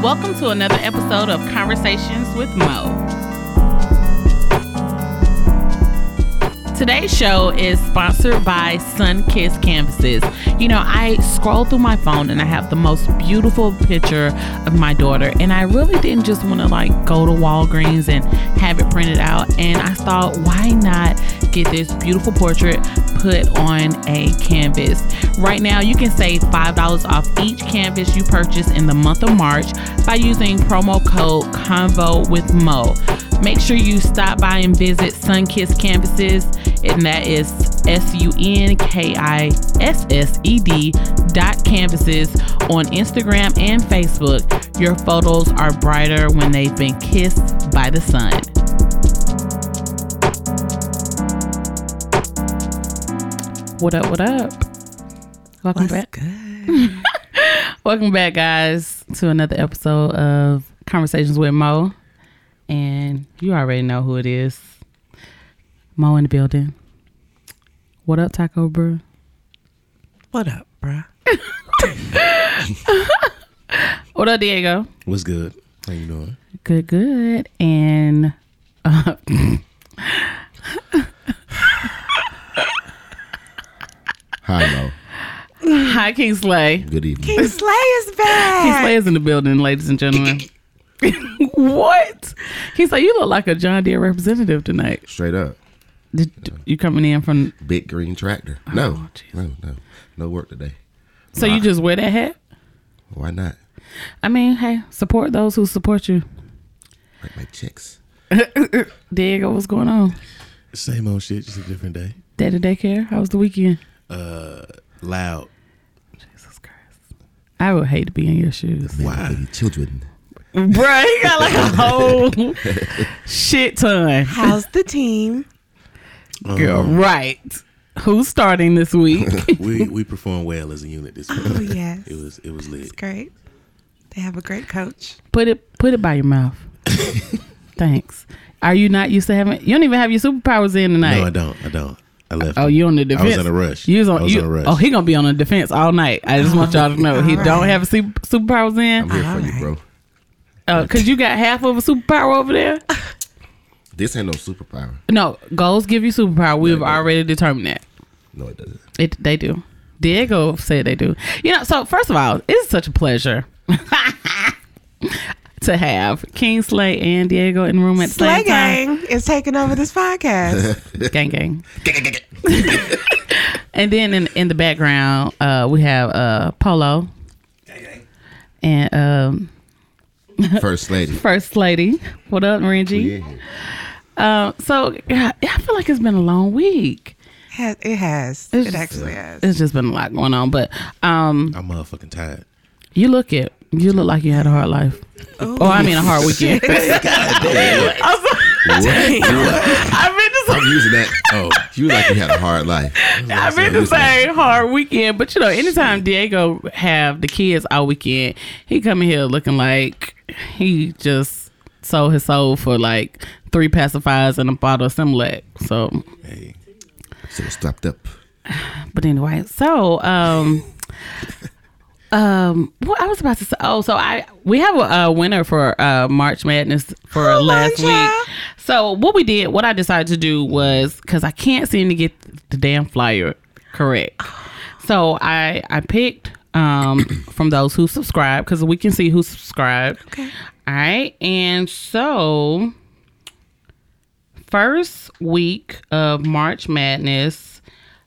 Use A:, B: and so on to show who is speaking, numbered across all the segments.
A: Welcome to another episode of Conversations with Mo. Today's show is sponsored by Sunkiss Canvases. You know, I scroll through my phone and I have the most beautiful picture of my daughter, and I really didn't just want to like go to Walgreens and have it printed out. And I thought, why not get this beautiful portrait put on a canvas? Right now, you can save $5 off each canvas you purchase in the month of March by using promo code CONVO with Mo. Make sure you stop by and visit Sunkiss Canvases, and that is S U N K I S S E D dot canvases on Instagram and Facebook. Your photos are brighter when they've been kissed by the sun. What up, what up? Welcome
B: What's
A: back.
B: good?
A: Welcome back, guys, to another episode of Conversations with Mo. And you already know who it is. Mo in the building. What up, Taco Bro?
B: What up, bruh?
A: What up, Diego?
C: What's good? How you doing?
A: Good, good. And uh,
C: Hi, Mo.
A: hi, Kingsley.
C: Good evening.
B: Slay is back.
A: Kingsley is in the building, ladies and gentlemen. what? Kingsley, you look like a John Deere representative tonight.
C: Straight up,
A: Did, you coming in from?
C: big green tractor. No,
A: Oh, Jesus.
C: no, no, no work today.
A: So you just wear that hat?
C: Why not?
A: I mean, hey, support those who support you.
C: Write my checks.
A: Diego, what's going on?
D: Same old shit, just a different day.
A: Day to daycare. How was the weekend?
D: Loud.
A: Jesus Christ. I would hate to be in your shoes.
C: Wow, children.
A: Bruh, he got like a whole shit ton.
B: How's the team?
A: Girl, right. Who's starting this week?
D: Um, We we performed well as a unit this week.
B: Oh yes,
D: It was it was lit.
B: it's great. They have a great coach.
A: put it put it by your mouth. Thanks. Are you not used to having you don't even have your superpowers in tonight?
D: No, I don't. I don't. I left.
A: Oh, you on the defense?
D: in a rush.
A: You was on,
D: I was
A: you-
D: on a rush.
A: Oh, he gonna be on the defense all night. I just want y'all to know he
B: All
A: don't
B: right.
A: have super, superpowers
C: I'm
A: in
C: here for
B: Alright.
C: you, bro.
A: Uh 'cause cause you got half of a superpower over there.
C: This ain't no superpower.
A: No, goals give you superpower. We've already determined that.
C: No, it doesn't.
A: It they do. Diego said they do. You know, so first of all, it's such a pleasure to have Kingsley and Diego in the room at the
B: Slay
A: same time.
B: Gang is taking over this podcast.
A: Gang gang. and then in in the background, uh, we have uh Polo and um
C: First lady.
A: First Lady. What up, Renji?
C: Yeah.
A: Uh, so yeah, I feel like it's been a long week.
B: Has- it has.
A: It's
B: it
A: just-
B: actually has.
A: It's just been a lot going on, but um,
D: I'm motherfucking tired.
A: you look it. You look like you had a hard life.
B: Ooh.
A: Oh, I mean a hard weekend. I'm sorry.
C: What?
A: I meant
C: I'm using that. Oh, you like you had a hard life.
A: to say, I meant to say hard weekend, but you know, anytime Diego have the kids all weekend, he come in here looking like he just sold his soul for like three pacifiers and a bottle of Similac. So,
D: Hey,
C: So it stopped up.
A: but anyway, so um. Um, what I was about to say. Oh, so I we have a, uh winner for uh March Madness for
B: Come on,
A: last
B: child.
A: week. So what we did, what I decided to do was because I can't seem to get the damn flyer correct. So I I picked um from those who subscribe because we can see who subscribed.
B: Okay.
A: All right, and so first week of March Madness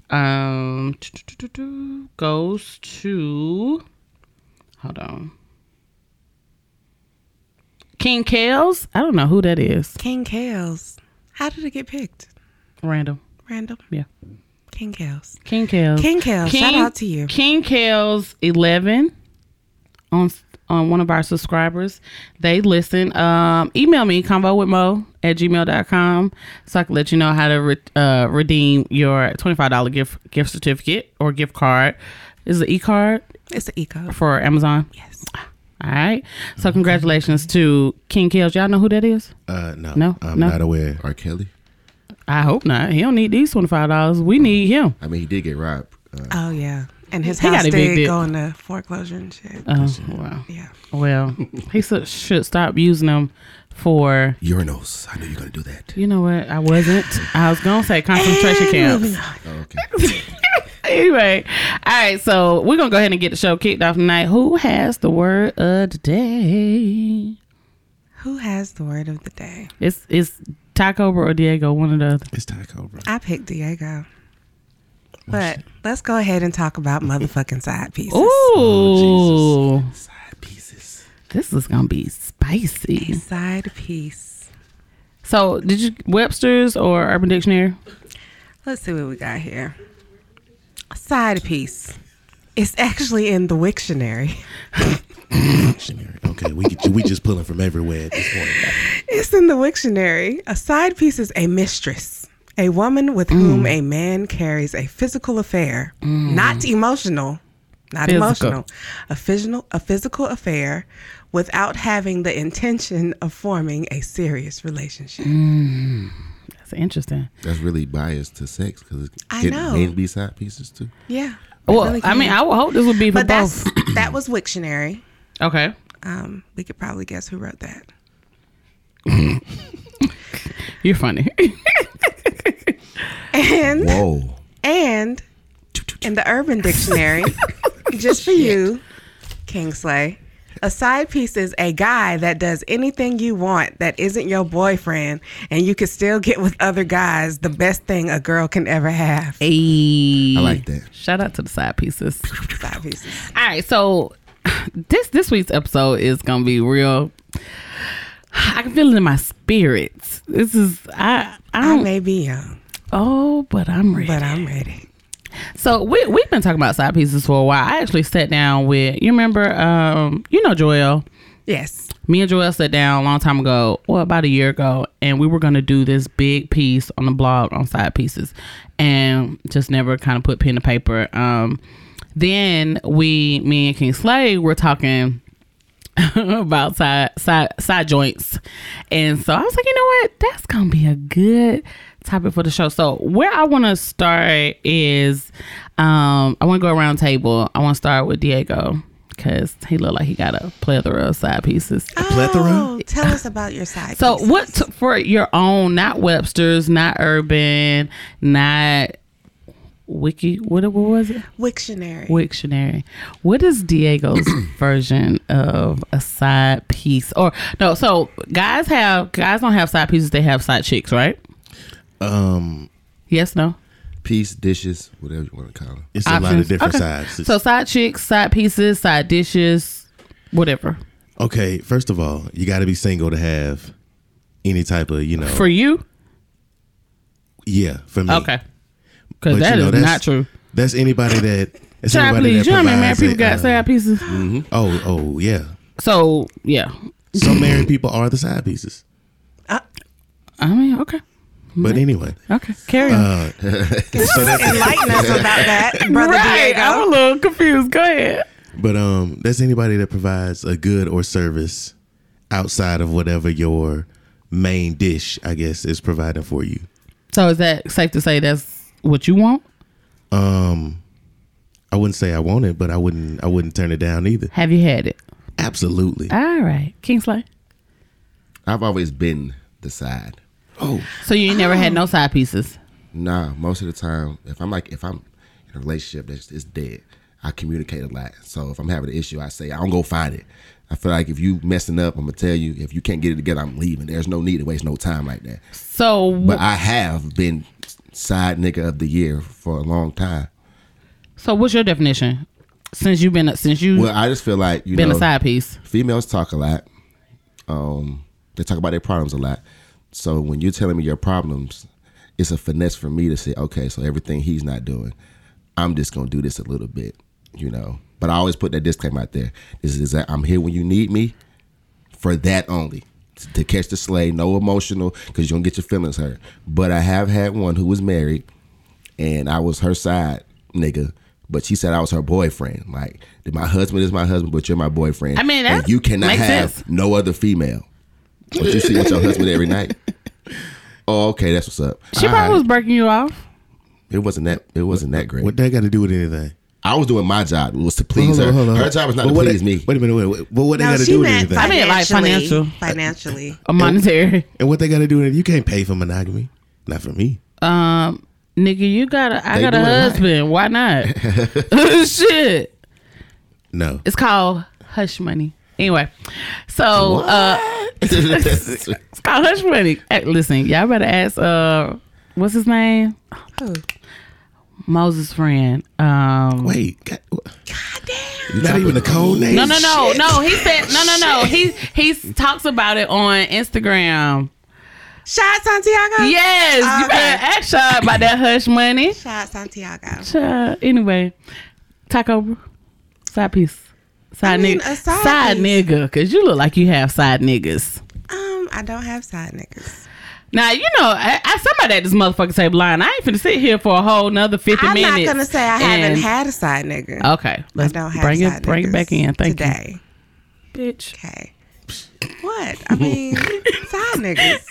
A: um goes to hold on. King Kales? I don't know who that is.
B: King Kales. How did it get picked?
A: Random.
B: Random.
A: Yeah.
B: King Kales.
A: King Kales.
B: King Kales. Uh, Shout out to you.
A: King Kales 11 on on one of our subscribers. They listen. Um, email me, convo with Mo at gmail.com so I can let you know how to re- uh, redeem your $25 gift gift certificate or gift card. This is an e-card
B: It's an eco.
A: for Amazon.
B: Yes.
A: All right. So congratulations to King Kales. Y'all know who that is?
D: uh, no,
A: No,
D: I'm
A: no.
D: not aware.
C: R. Kelly.
A: I hope not. He don't need these $25. We need him.
C: I mean, he did get robbed. Uh,
B: Oh yeah. And his
A: He got
B: house did
A: evicted.
B: go into foreclosure and shit.
A: Oh wow.
B: Yeah.
A: Well, he should, should stop using them for.
E: Urinals. I knew you were gonna do that.
A: You know what? I wasn't. I was gonna say concentration camps.
E: Oh, okay.
A: Anyway, all right. So we're gonna go ahead and get the show kicked off tonight. Who has the word of the day?
B: Who has the word of the day?
A: It's it's Taco or Diego, one or the other.
C: It's Taco, bro.
B: I picked Diego. But let's go ahead and talk about motherfucking side pieces. Oh,
A: Ooh,
C: Side pieces.
A: this is gonna be
B: A
A: spicy.
B: side piece.
A: So, did you Webster's or Urban Dictionary?
B: Let's see what we got here. A side piece. It's actually in the Wiktionary.
C: Dictionary. Okay, we get you, we just pulling from everywhere at this point.
B: It's in the Wiktionary. A side piece is a mistress, a woman with whom a man carries a physical affair, not emotional, not
A: Physical.
B: emotional, a physical, a physical affair without having the intention of forming a serious relationship.
A: That's interesting.
E: That's really biased to sex because it
B: I
E: can
B: know.
E: mainly be side pieces too.
B: Yeah.
A: Well,
B: really
A: I mean,
B: can.
A: I would hope this would be for
B: but that's
A: both.
B: that was Wiktionary.
A: Okay.
B: Um, we could probably guess who wrote that.
A: You're funny.
B: And
E: Whoa.
B: And in the Urban Dictionary, just for you, Kingsley, a side piece is a guy that does anything you want that isn't your boyfriend, and you can still get with other guys the best thing a girl can ever have.
A: Ayy.
E: I like that.
A: Shout out to the side pieces.
B: Side pieces.
A: All right, so this this week's episode is gonna be real. I can feel it in my spirits. This is I I
B: I
A: don't
B: may be young,
A: oh, but I'm ready.
B: but I'm ready.
A: So we we've been talking about side pieces for a while. I actually sat down with you remember um you know Joel.
B: Yes.
A: Me and Joel sat down a long time ago, well about a year ago, and we were gonna do this big piece on the blog on side pieces, and just never kind of put pen to paper. Um, then we, me and King Slay, were talking about side side side joints, and so I was like, you know what, that's gonna be a good topic for the show. So where I want to start is, um, I want to go around table. I want to start with Diego because he looked like he got a plethora of side pieces.
C: plethora?
B: Oh, tell us about your side.
A: So
B: pieces.
A: what t- for your own, not Webster's, not Urban, not Wiki. What, what was it?
B: Wiktionary?
A: Wiktionary. What is Diego's version of a side piece? Or no, so guys have guys don't have side pieces, they have side chicks, right?
C: Um,
A: Yes, no.
E: Piece, dishes, whatever you want to call them.
C: it's a lot
A: Options.
C: of different
A: Okay.
C: sides.
A: So side chicks, side pieces, side dishes, whatever.
C: okay, first of all, you got to be single to have any type of you know.
A: For you?
C: yeah, for me.
A: Okay.
C: But
A: Cuz
C: you
A: that is
C: know, that's-
A: not true.
C: That's anybody that. That's
A: Child,
C: anybody
A: please.
C: that
A: You know how many married
C: provides
A: people
C: a,
A: got
C: uh,
A: side pieces?
C: Oh, oh, yeah.
A: So, yeah.
C: Some married people are the side pieces.
B: Uh,
A: I mean, okay.
C: But anyway,
A: Okay. Carry on.
C: uh, so that-
B: Enlighten us about that, brother
A: right.
B: Diego.
A: I'm a little confused. Go ahead.
C: But um, that's anybody that provides a good or service outside of whatever your main dish, I guess, is providing for you.
A: So is that safe to say that's what you want?
C: Um, I wouldn't say I want it, but I wouldn't I wouldn't turn it down either.
A: Have you had it?
C: Absolutely.
A: All right. Kingsley.
E: I've always been the side.
C: Oh,
A: So you ain't never had no side pieces.
E: Nah, most of the time, if I'm like, if I'm in a relationship that's it's dead, I communicate a lot. So if I'm having an issue, I say I don't go find it. I feel like if you messing up, I'm gonna tell you. If you can't get it together, I'm leaving. There's no need to waste no time like that.
A: So
E: But I have been side nigga of the year for a long time.
A: so what's your definition? Since you've been since you
E: Well, uh, I just feel like you
A: Mm. been
E: know,
A: a side piece.
E: females talk a lot. Um, they talk about their problems a lot. So when you're telling me your problems, it's a finesse for me to say, okay, so everything he's not doing, I'm just gonna do this a little bit, you know. But I always put that disclaimer out there: this is that I'm here when you need me, for that only. To catch the sleigh, no emotional, because you don't get your feelings hurt. But I have had one who was married, and I was her side nigga, but she said I was her boyfriend. Like my husband is my husband, but you're my boyfriend.
A: I mean,
E: and
A: that
E: you cannot
A: makes
E: have
A: sense.
E: no other female. But you see with your husband every night. Oh, okay, that's what's up.
A: She
E: All right.
A: probably was breaking you off.
E: It wasn't that. It wasn't that great.
C: what that got to do with anything?
E: I was doing my job was to please
C: Hold on,
E: her.
C: hold on.
E: Her job was not
C: But
E: to
C: what
E: please
C: it-
E: me.
C: Wait a minute, wait, wait. But what they
B: No,
C: got to
B: she
C: do with
B: meant
C: anything?
A: I mean, like,
B: financially.
A: financial.
B: Financially.
A: A monetary.
C: and what they got to do with it? You can't pay for monogamy. Not for me.
A: Um, nigga, you got a. I
E: They
A: got a
E: doing it right.
A: husband. Why not? Shit.
C: No.
A: It's called hush money. Anyway, so uh, it's called hush money. Hey, listen, y'all better ask. Uh, what's his name? Oh.
B: Who?
A: Moses' friend. Um,
C: Wait. God, damn. Not even a code name.
A: no, no, no, no. He said no, no, no. He he talks about it on Instagram.
B: Shot Santiago.
A: Yes, you
B: Okay.
A: better ask Shad about that hush money.
B: Shot Santiago.
A: Shad. Anyway, taco side piece. Side
B: I mean,
A: nigga,
B: a side
A: side
B: piece.
A: nigga, cause you look like you have side niggas.
B: Um, I don't have side niggas.
A: Now you know I, I somebody at this motherfucking table line. I ain't finna sit here for a whole nother 50
B: I'm
A: minutes.
B: not gonna say I
A: and-
B: haven't had a side nigga.
A: Okay,
B: I
A: let's
B: don't have
A: bring
B: side
A: it bring it
B: niggas
A: back in. Thank
B: today.
A: you, bitch.
B: Okay. What? I mean, side niggas.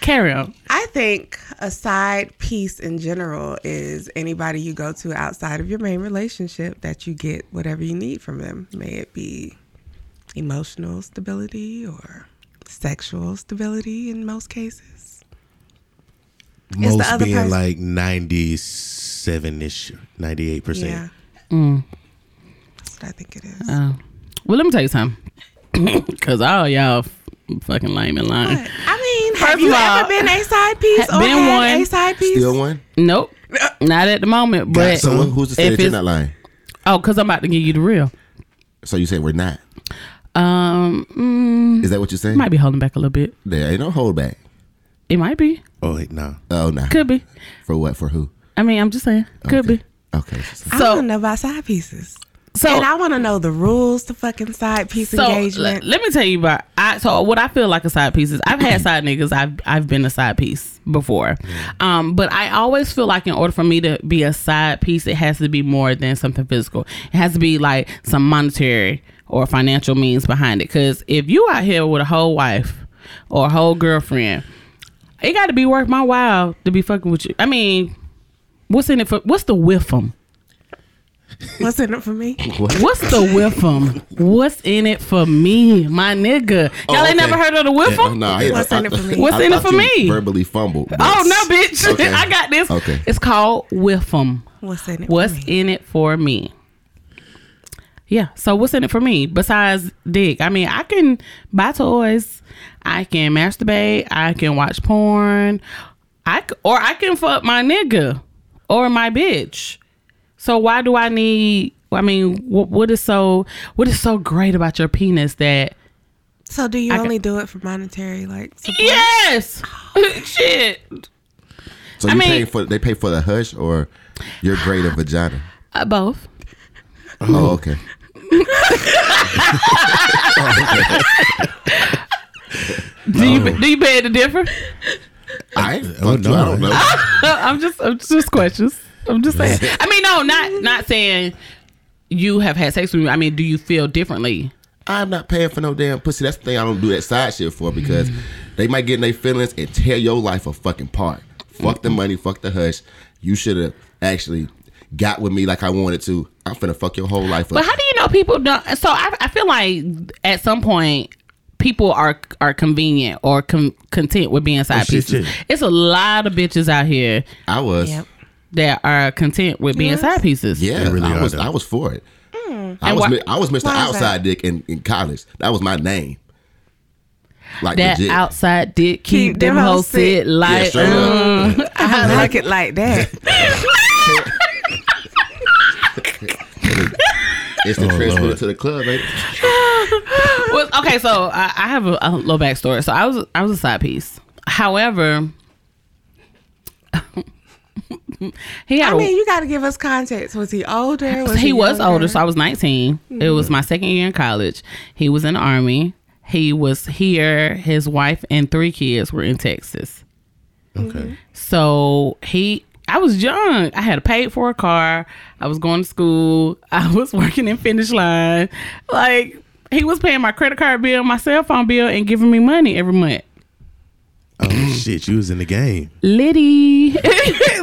A: Carry on.
B: I think a side piece in general is anybody you go to outside of your main relationship that you get whatever you need from them. May it be emotional stability or sexual stability in most cases.
C: Most
B: the other
C: being
B: person.
C: like 97 ish, 98%.
B: Yeah.
A: Mm.
B: That's what I think it is.
A: Uh, Well, let me tell you something, cause all y'all f- fucking lame and lying.
B: But, I mean, have
A: First
B: you
A: of all,
B: ever been a side piece or
A: been
B: had
A: one.
B: a side piece?
E: Still one?
A: Nope,
B: Uh.
A: not at the moment. But
E: So who's to say
A: if
E: that you're
A: it's-
E: not lying?
A: oh, cause I'm about to give you the real.
E: So you say we're not.
A: Um, mm,
E: Is that what you're saying?
A: might be holding back a little bit.
E: There ain't no hold back.
A: It might be.
C: Oh, wait, no.
E: Oh no.
A: Could be.
E: For what? For who?
A: I mean, I'm just saying. Could
E: Okay.
A: be.
E: Okay.
B: I
A: So-
B: want to know about side pieces.
A: So
B: and I want to know the rules to fucking side piece
A: so
B: engagement.
A: le- let me tell you about I so what I feel like a side piece is I've had side niggas I've I've been a side piece before, um but I always feel like in order for me to be a side piece it has to be more than something physical it has to be like some monetary or financial means behind it because if you out here with a whole wife or a whole girlfriend it got to be worth my while to be fucking with you I mean what's in it for what's the with 'em?
B: What's in it for me?
A: What's the whiffum? What's in it for me, my nigga? Y'all ain't never heard of the whiffum?
E: Oh, no,
B: What's in it for me?
A: What's in it for me?
E: Verbally fumbled. but-
A: Oh no, bitch!
E: Okay.
A: I got this.
E: Okay.
A: It's called whiffum.
B: What's in it?
A: What's
B: for me?
A: in it for me? Yeah. So what's in it for me besides dick? I mean, I can buy toys. I can masturbate. I can watch porn. I c- or I can fuck my nigga or my bitch. So why do I need? I mean, what, what is so what is so great about your penis that
B: So do you
A: got-
B: only do it for monetary like support?
A: yes, shit.
E: So
A: I
E: you
A: mean-
E: pay for they pay for the hush or your grade of vagina?
A: Uh, both.
E: Oh, okay.
A: Do you do you beg to differ?
E: I ain't
C: Oh,
E: fucked you.
C: no.
E: I don't know.
A: I'm just I'm just questions. I'm just saying. I mean, no, not not saying you have had sex with me. I mean, do you feel differently?
E: I'm not paying for no damn pussy. That's the thing I don't do that side shit for because
A: Hmm.
E: they might get in their feelings and tear your life a fucking part. Fuck the money, fuck the hush. You should have actually got with me like I wanted to. I'm finna fuck your whole life up.
A: But how do you know people don't? So I, I feel like at some point people are are convenient or com- content with being
E: Oh,
A: side
C: shit,
A: pieces.
C: yeah.
A: It's a lot of bitches out here
E: I was.
B: Yep.
A: that are content with being
B: Yes.
A: side pieces.
E: Yeah,
C: They really
E: I
C: are,
E: was.
C: though.
E: I was for it. I
A: Hmm. And
E: was.
A: why-
E: mi- I was Mr.
B: why is that?
E: Outside Dick in, in college. That was my name. Like
A: That
E: legit.
A: outside dick keep,
B: Keep
A: them
B: them
A: hoes
B: hoes sick.
A: sit like
E: straight up.
A: mm.
B: I like it like that.
E: It's the
C: Oh,
E: transfer
C: Lord.
E: to the club, ain't it?
A: well, okay, so I, I have a, a little backstory. So I was I was a side piece. However, he had
B: I
A: a-
B: mean, you got to give us context. Was he older? Was
A: he was
B: younger? Mm.
A: older, so I was 19. It was my second year in college. He was in the army. He was here. His wife and three kids were in Texas. Mm-hmm.
C: Okay.
A: So he, I was young. I had paid for a car. I was going to school. I was working in Finish Line. Like he was paying my credit card bill, my cell phone bill, and giving me money every month.
C: Oh, shit. You was in the game.
A: Liddy,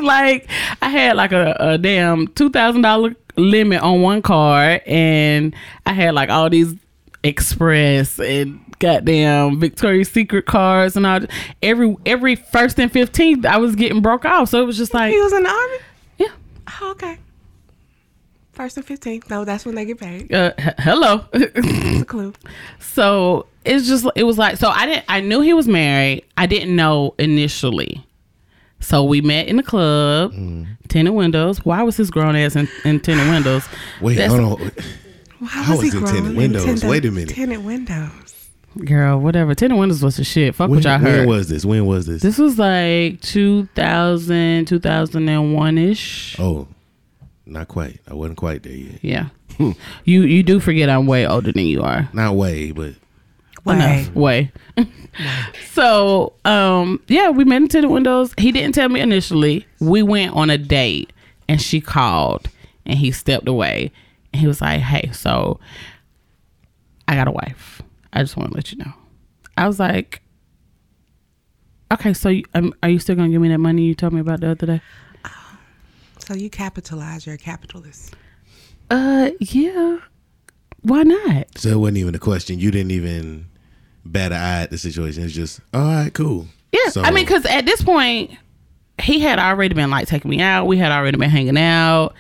A: like I had like a, a damn two thousand dollar limit on one card, and I had like all these Express and goddamn Victoria's Secret cards and all. Every every first and fifteenth, I was getting broke off, so it was just like,
B: He was in the army.
A: yeah,
B: Oh, okay. First and fifteenth. No, that's when they get paid.
A: uh, h- hello.
B: That's a clue.
A: So it's just it was like so I didn't I knew he was married. I didn't know initially. So we met in the club,
C: Mm.
A: tinted windows. Why was his grown ass in, in tinted windows?
C: Wait,
A: That's-
C: hold on.
B: How
C: was in tinted windows? Wait a minute.
B: Tenant windows.
A: Girl, whatever. Tinted windows was the shit. Fuck
C: When,
A: what y'all heard.
C: when was this? When was this?
A: this was like 2000, 2001 ish.
C: Oh, not quite. I wasn't quite there yet.
A: Yeah.
C: Hmm.
A: you you do forget I'm way older than you are.
C: Not way, but
B: Wait.
A: enough way. so, um, yeah, we met into the windows. He didn't tell me initially. We went on a date and she called and he stepped away and he was like, Hey, so I got a wife. I just want to let you know. I was like, Okay, so you, um, are you still gonna give me that money you told me about the other day?
B: So you capitalize. You're a capitalist.
A: Uh, yeah. Why not?
C: so it wasn't even a question. You didn't even bat an eye at the situation. It's just all right, cool.
A: Yeah,
C: So-
A: I mean, because at this point, he had already been like taking me out. We had already been hanging out,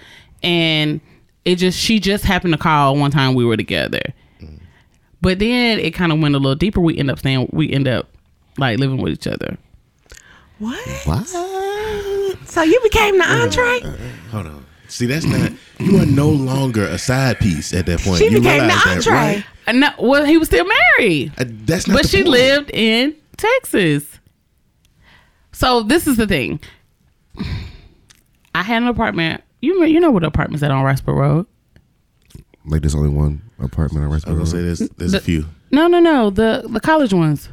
A: and it just she just happened to call one time we were together. But then it kind of went a little deeper. We end up staying. We end up like living with each other.
B: What?
C: What?
B: So you became
C: Uh,
B: the entree?
C: Hold on. See, that's not. You are no longer a side piece at that point.
B: She
C: you
B: became the
C: realize
B: entree.
C: That, right?
A: And no, well, he was still married,
C: Uh, That's not.
A: but
C: the
A: she
C: point.
A: lived in Texas. So this is the thing. I had an apartment. You you know what apartments at on Rasper Road?
E: Like there's only one apartment on
C: I was
E: Westboro.
C: gonna say there's there's a
A: The-
C: few.
A: No, no, no. The the college ones.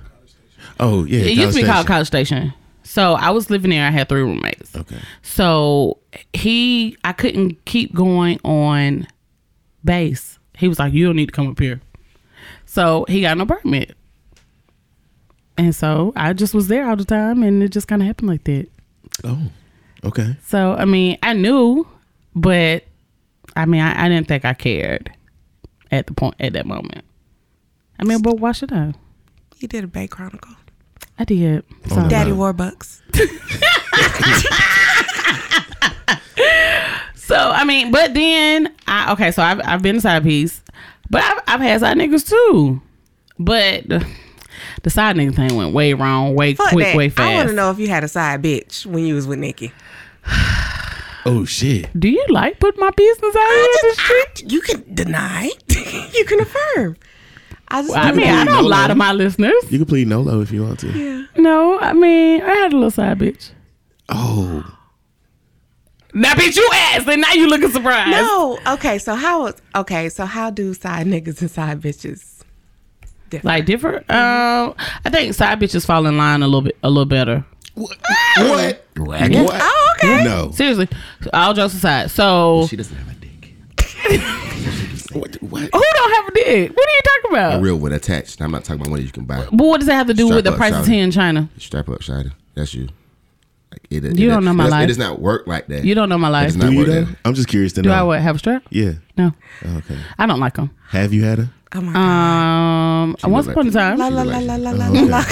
C: Oh yeah,
A: it used to be called
C: College
A: College Station. So I was living there. I had three roommates.
C: Station. Okay.
A: So he, I couldn't keep going on base. He was like, "You don't need to come up here." So he got an apartment, and so I just was there all the time, and it just kind of happened like that.
C: Oh. Okay.
A: So I mean, I knew, but I mean, I, I didn't think I cared at the point at that moment. I mean, but why should I?
B: You did a Bay Chronicle.
A: I did. So.
B: Daddy
C: Uh-huh.
B: Warbucks.
A: So I mean, but then I okay. So I've I've been a side piece, but I've I've had side niggas too. But the, the side nigga thing went way wrong, way
B: Fuck
A: quick,
B: that.
A: way
B: I want to
A: fast.
B: know if you had a side bitch when you was with Nikki.
C: Oh shit.
A: Do you like put my business out here in the street?
B: You can deny. you can affirm. I just.
A: Well, I mean, I don't lie to my listeners.
C: You can plead Nolo if you want to.
B: Yeah.
A: No, I mean, I had a little side bitch.
C: Oh.
A: Now, bitch, you asked, and now you looking surprised.
B: No. Okay. So how? was- Okay. So how do side niggas and side bitches?
A: Like different. Um, I think side bitches fall in line a little bit, a little better.
C: What? What? What?
B: Oh, okay.
C: No.
A: Seriously, all jokes aside. So
E: She doesn't have a dick.
C: What? what?
A: who don't have a dick? What are you talking about?
E: A real one attached. I'm not talking about one that you can buy.
A: But what does that have to do
E: Strap
A: with the
E: up,
A: price of
E: Shawty.
A: tea in China?
E: Strap up, Shida. That's you. Like, it,
A: You don't know my
E: it, does-
A: life.
E: It does not work like that.
A: You don't know my life.
E: It's
A: Do
E: not
C: Do you
E: work
C: though?
E: that.
C: I'm just curious to know.
A: I what have a strap?
C: Yeah. Oh,
A: No,
C: Okay.
A: I don't like them.
C: Have you had her?
B: Oh my god.
A: Um, once
E: look
A: upon a
E: like-
A: time,
B: La la la la la la la.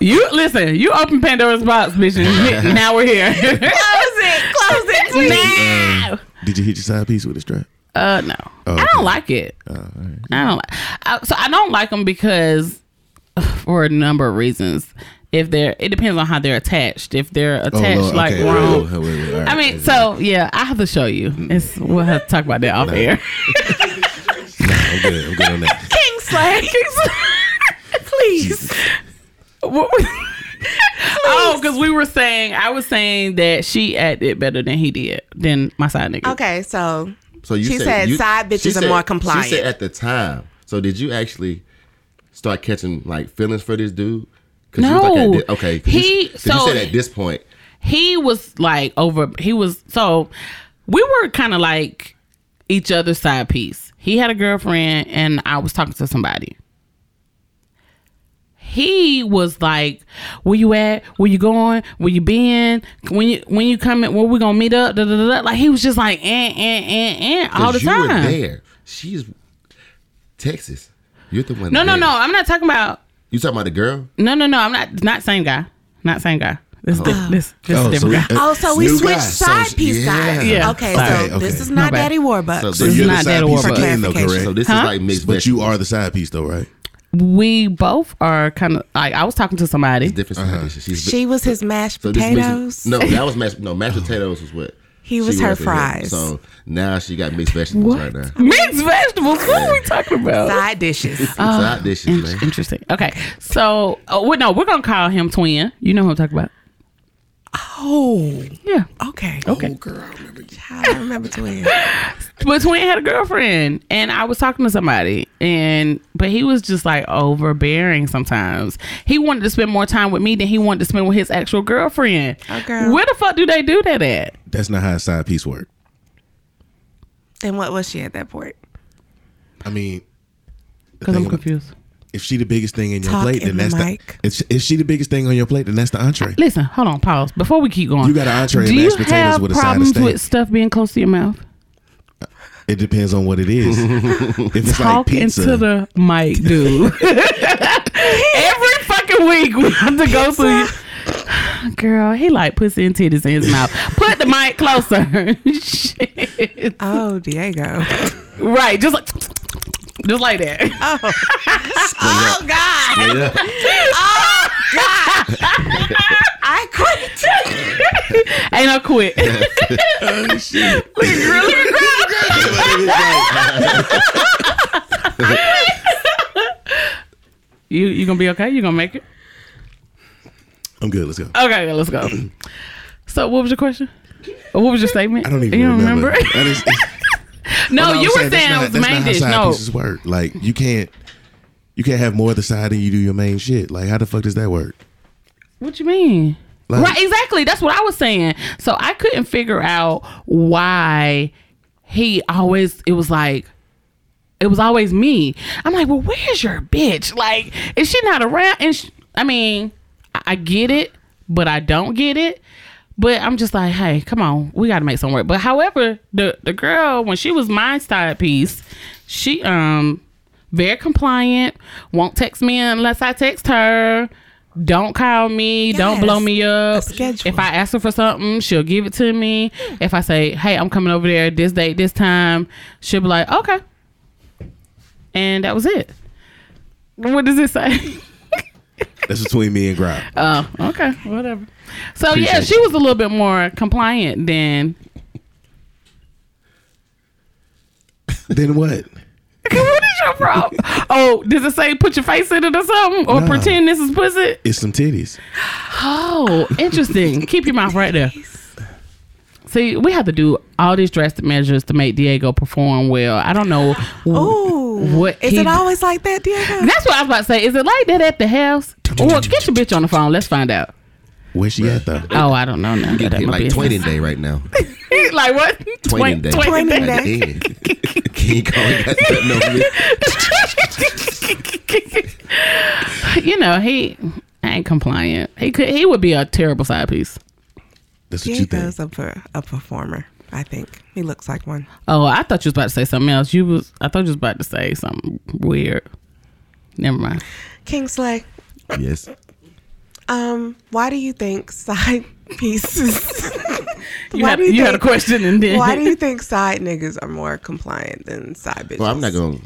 A: you listen. You open Pandora's box, bitch. and now we're here. Close it. Close it. Now.
C: Did you hit your side piece with a strap? Uh,
A: Uh, no. I don't like it.
C: Uh-huh.
A: I don't like. I, so I don't like them because for a number of reasons. If they're, it depends on how they're attached. If they're attached
C: Lord,
A: like
C: okay.
A: wrong.
C: Oh, wait, wait, wait, all right.
A: I mean, so yeah, I have to show you. It's, we'll have to talk about that off air.
C: I'm good. I'm good on that.
A: Kingsley. Please. What we- oh, because we were saying, I was saying that she acted better than he did, than my side nigga.
B: Okay. So.
E: So you
B: She
E: said,
B: said
E: you-
B: side bitches
E: she
B: are
E: said-
B: more compliant.
E: She said at the time. So did you actually start catching like feelings for this dude? 'Cause you was
A: No.
E: like, at thi- okay. 'cause you-
A: He-
E: 'cause
A: so-
E: you said at this point.
A: He was like over, he was, so we were kind of like each other's side piece. He had a girlfriend and I was talking to somebody. He was like, "Where you at? Where you going? Where you been? When you when you coming? Where we gonna meet up?" Da, da, da, da. Like he was just like, "Eh, eh, eh, eh," all the
E: 'Cause you were
A: time.
E: there. She's Texas. You're the one.
A: No, no,
E: there.
A: no. I'm not talking about.
E: You talking about the girl?
A: No, no, no. I'm not. Not same guy. Not same guy. This di- this this
C: Oh, so
A: different
C: we-
E: uh,
A: guy.
B: Oh, so we
E: New
B: switched
E: guys, so-
B: side piece
E: yeah.
B: guys.
A: Yeah.
B: Okay,
A: Sorry,
B: so
C: okay.
B: this is not
A: bad.
B: Daddy Warbucks.
E: So
C: So
E: This
C: you're
A: is
C: the
A: not
C: side
A: that
C: piece
A: horrible.
C: again, though, correct?
E: So this
A: Huh?
E: is like mixed.
C: but you
E: vegetables.
C: are the side piece, though, right?
A: We both are kind of like I was talking to somebody.
E: different side
C: Uh-huh.
E: dishes. She's
B: she was his mashed
E: so this
B: potatoes.
E: Mixed, no, that was mashed. No,
C: Oh.
E: mashed potatoes was what.
B: He
E: she
B: was her
E: for him.
B: fries.
E: So now she got mixed vegetables right now.
A: Mixed vegetables. What are we talking about?
B: Side dishes.
E: Side
B: Oh.
E: dishes, man.
A: Interesting. Okay, so oh, well, no, we're gonna call him Twin. You know who I'm talking about?
B: Oh,
A: Yeah.
B: okay.
A: Okay.
B: Child, I remember twins.
A: But Twin had a girlfriend, and I was talking to somebody, and but he was just like overbearing sometimes. He wanted to spend more time with me than he wanted to spend with his actual girlfriend.
C: Oh,
B: Okay.
A: Where the fuck do they do that at?
C: That's not how a side piece work.
B: And what was she at that point?
C: I mean, the
A: Because
C: thing
A: I'm
C: about-
A: confused.
C: If she the biggest thing in your
B: Talk
C: plate,
B: in
C: then
B: the
C: that's the.
B: mic.
C: If she, if she the biggest thing on your plate, then that's the entree.
A: Listen, hold on, pause. Before we keep going,
C: You got an entree
A: Do
C: and
A: you
C: mashed potatoes
A: have
C: with a side of
A: problems
C: steak.
A: with stuff being close to your mouth?
C: It depends on what it is. if it's like
A: Talk
C: pizza,
A: into the mic, dude. Every fucking week we have to go through. Girl, he like pussy and titties in his mouth. Put the mic closer. Shit.
B: Oh, Diego.
A: Right, just like just like that.
C: Uh,
B: Oh God.
E: Yeah.
B: Oh God. I quit.
A: Ain't no quit. Look, girl, look at girl. You you gonna be okay? You gonna make it?
C: I'm good. Let's go.
A: Okay, let's go. So what was your question? Or What was your statement?
C: I don't even
A: you don't
C: remember.
A: remember.
C: That is-
A: No,
C: But I'm
A: Oh, you were
C: that's
A: saying
C: not-
A: it was
C: that's
A: main
C: not how
A: dish.
C: side
A: No,
C: pieces work. Like you can't, you can't have more of the side than you do your main shit. Like how the fuck does that work?
A: what you mean?
C: Like-
A: right, exactly. That's what I was saying. So I couldn't figure out why he always. It was like. It was always me. I'm like, well, where's your bitch? Like, is she not around? And sh I mean, I, I get it, but I don't get it. But I'm just like, hey, come on, we got to make some work. But however, the the girl when she was my side piece, she um very compliant. Won't text me unless I text her. Don't call me. Don't blow
B: Yes.
A: me up.
B: schedule.
A: If I ask her for something, she'll give it to me. If I say, hey, I'm coming over there this date, this time, she'll be like, okay. And that was it. What does it say?
C: That's between me and Grob.
A: Oh, okay, whatever. So yeah,
C: Appreciate
A: she was a little bit more compliant than.
C: then what?
A: what is your problem? oh, does it say put your face in it or something, or
C: Nah.
A: pretend this is pussy?
C: It's some titties.
A: Oh, interesting. Keep your mouth right there. See, we have to do all these drastic measures to make Diego perform well. I don't know.
B: Ooh.
A: What
B: Is
A: he-
B: it always like that, Diego?
A: That's what I was about to say. Is it like that at the house? Or get your bitch on the phone. Let's find out.
C: Where she at though?
A: Oh, I don't know now. That
E: Getting
A: ain't
E: hit
A: my
E: like
A: business.
E: twenty day right now.
A: like what?
E: Twenty day.
A: Twenty
B: Twenty
A: day.
B: day.
E: At the end. King Kong got nothing on me.
A: you know he ain't compliant. He could. He would be a terrible side piece.
C: That's what you think.
B: Diego's a, per- a performer. I think he looks like one.
A: Oh, I thought you was about to say something else. You was. I thought you was about to say something weird. Never mind.
B: Kingsley,
E: Yes.
B: um, why do you think side pieces?
A: You,
B: Why
A: had,
B: do
A: you,
B: you
A: had a
B: think-
A: question and then.
B: why do you think side niggas are more compliant than side bitches?
E: Well, I'm not gonna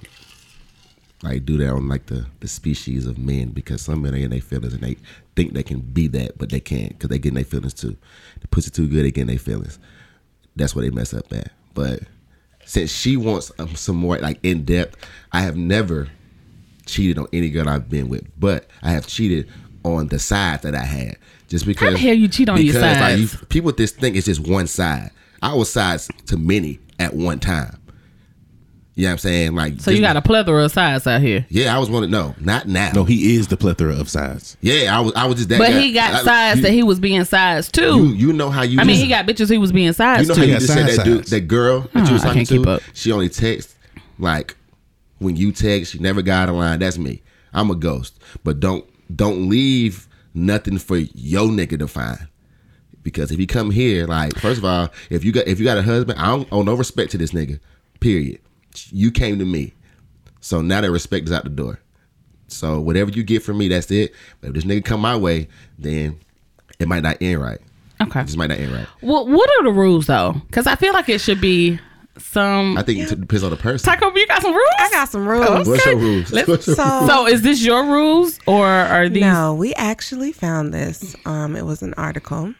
E: like do that on like the the species of men because some men are in their feelings and they think they can be that, but they can't because they get in their feelings too. The pussy too good, they get in their feelings. That's where they mess up at. But since she wants um, some more like in depth, I have never cheated on any girl I've been with, but I have cheated on the side that I had. Just because
A: hell you cheat on your
E: because, like, you-
A: sides?
E: people just think it's just one side. I was sides to many at one time. You know what I'm saying? Like
A: so you
E: just-
A: got a plethora of sides out here.
E: yeah, I was wanted. No, not now.
C: No, he is the plethora of sides.
E: Yeah, I was. I was just that.
A: But
E: guy.
A: he got
E: I-
A: sides
E: you,
A: that he was being sides too.
E: You, you know how you.
A: I mean,
E: just-
A: he got bitches he was being sides
E: You know
A: to.
E: how you
C: got
E: just said
C: side
E: that dude,
C: sides.
E: that girl that
A: Uh,
E: you was
A: I
E: talking
A: can't keep
E: to.
A: up.
E: She only texts like when you text. She never got a line. That's me. I'm a ghost. But don't don't leave nothing for your nigga to find. Because if you come here, like first of all, if you got if you got a husband, I don't owe no respect to this nigga. Period. You came to me, so now that respect is out the door. So whatever you get from me, that's it. But if this nigga come my way, then it might not end right.
A: Okay.
E: This might not end right.
A: Well, what are the rules though? Because I feel like it should be some.
E: I think it depends on the person.
A: Taco, you got some rules?
B: I got some rules.
E: What's your rules?
A: Let's-
E: What's your
B: So,
A: So is this your rules or are these?
B: no, we actually found this. Um, it was an article,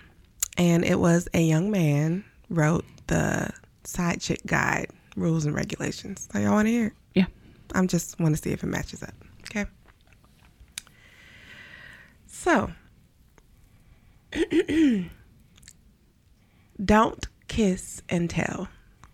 B: and it was a young man wrote the side chick guide rules and regulations. So y'all want to hear? It?
A: Yeah.
B: I'm just want to see if it matches up. Okay. So, don't kiss and tell.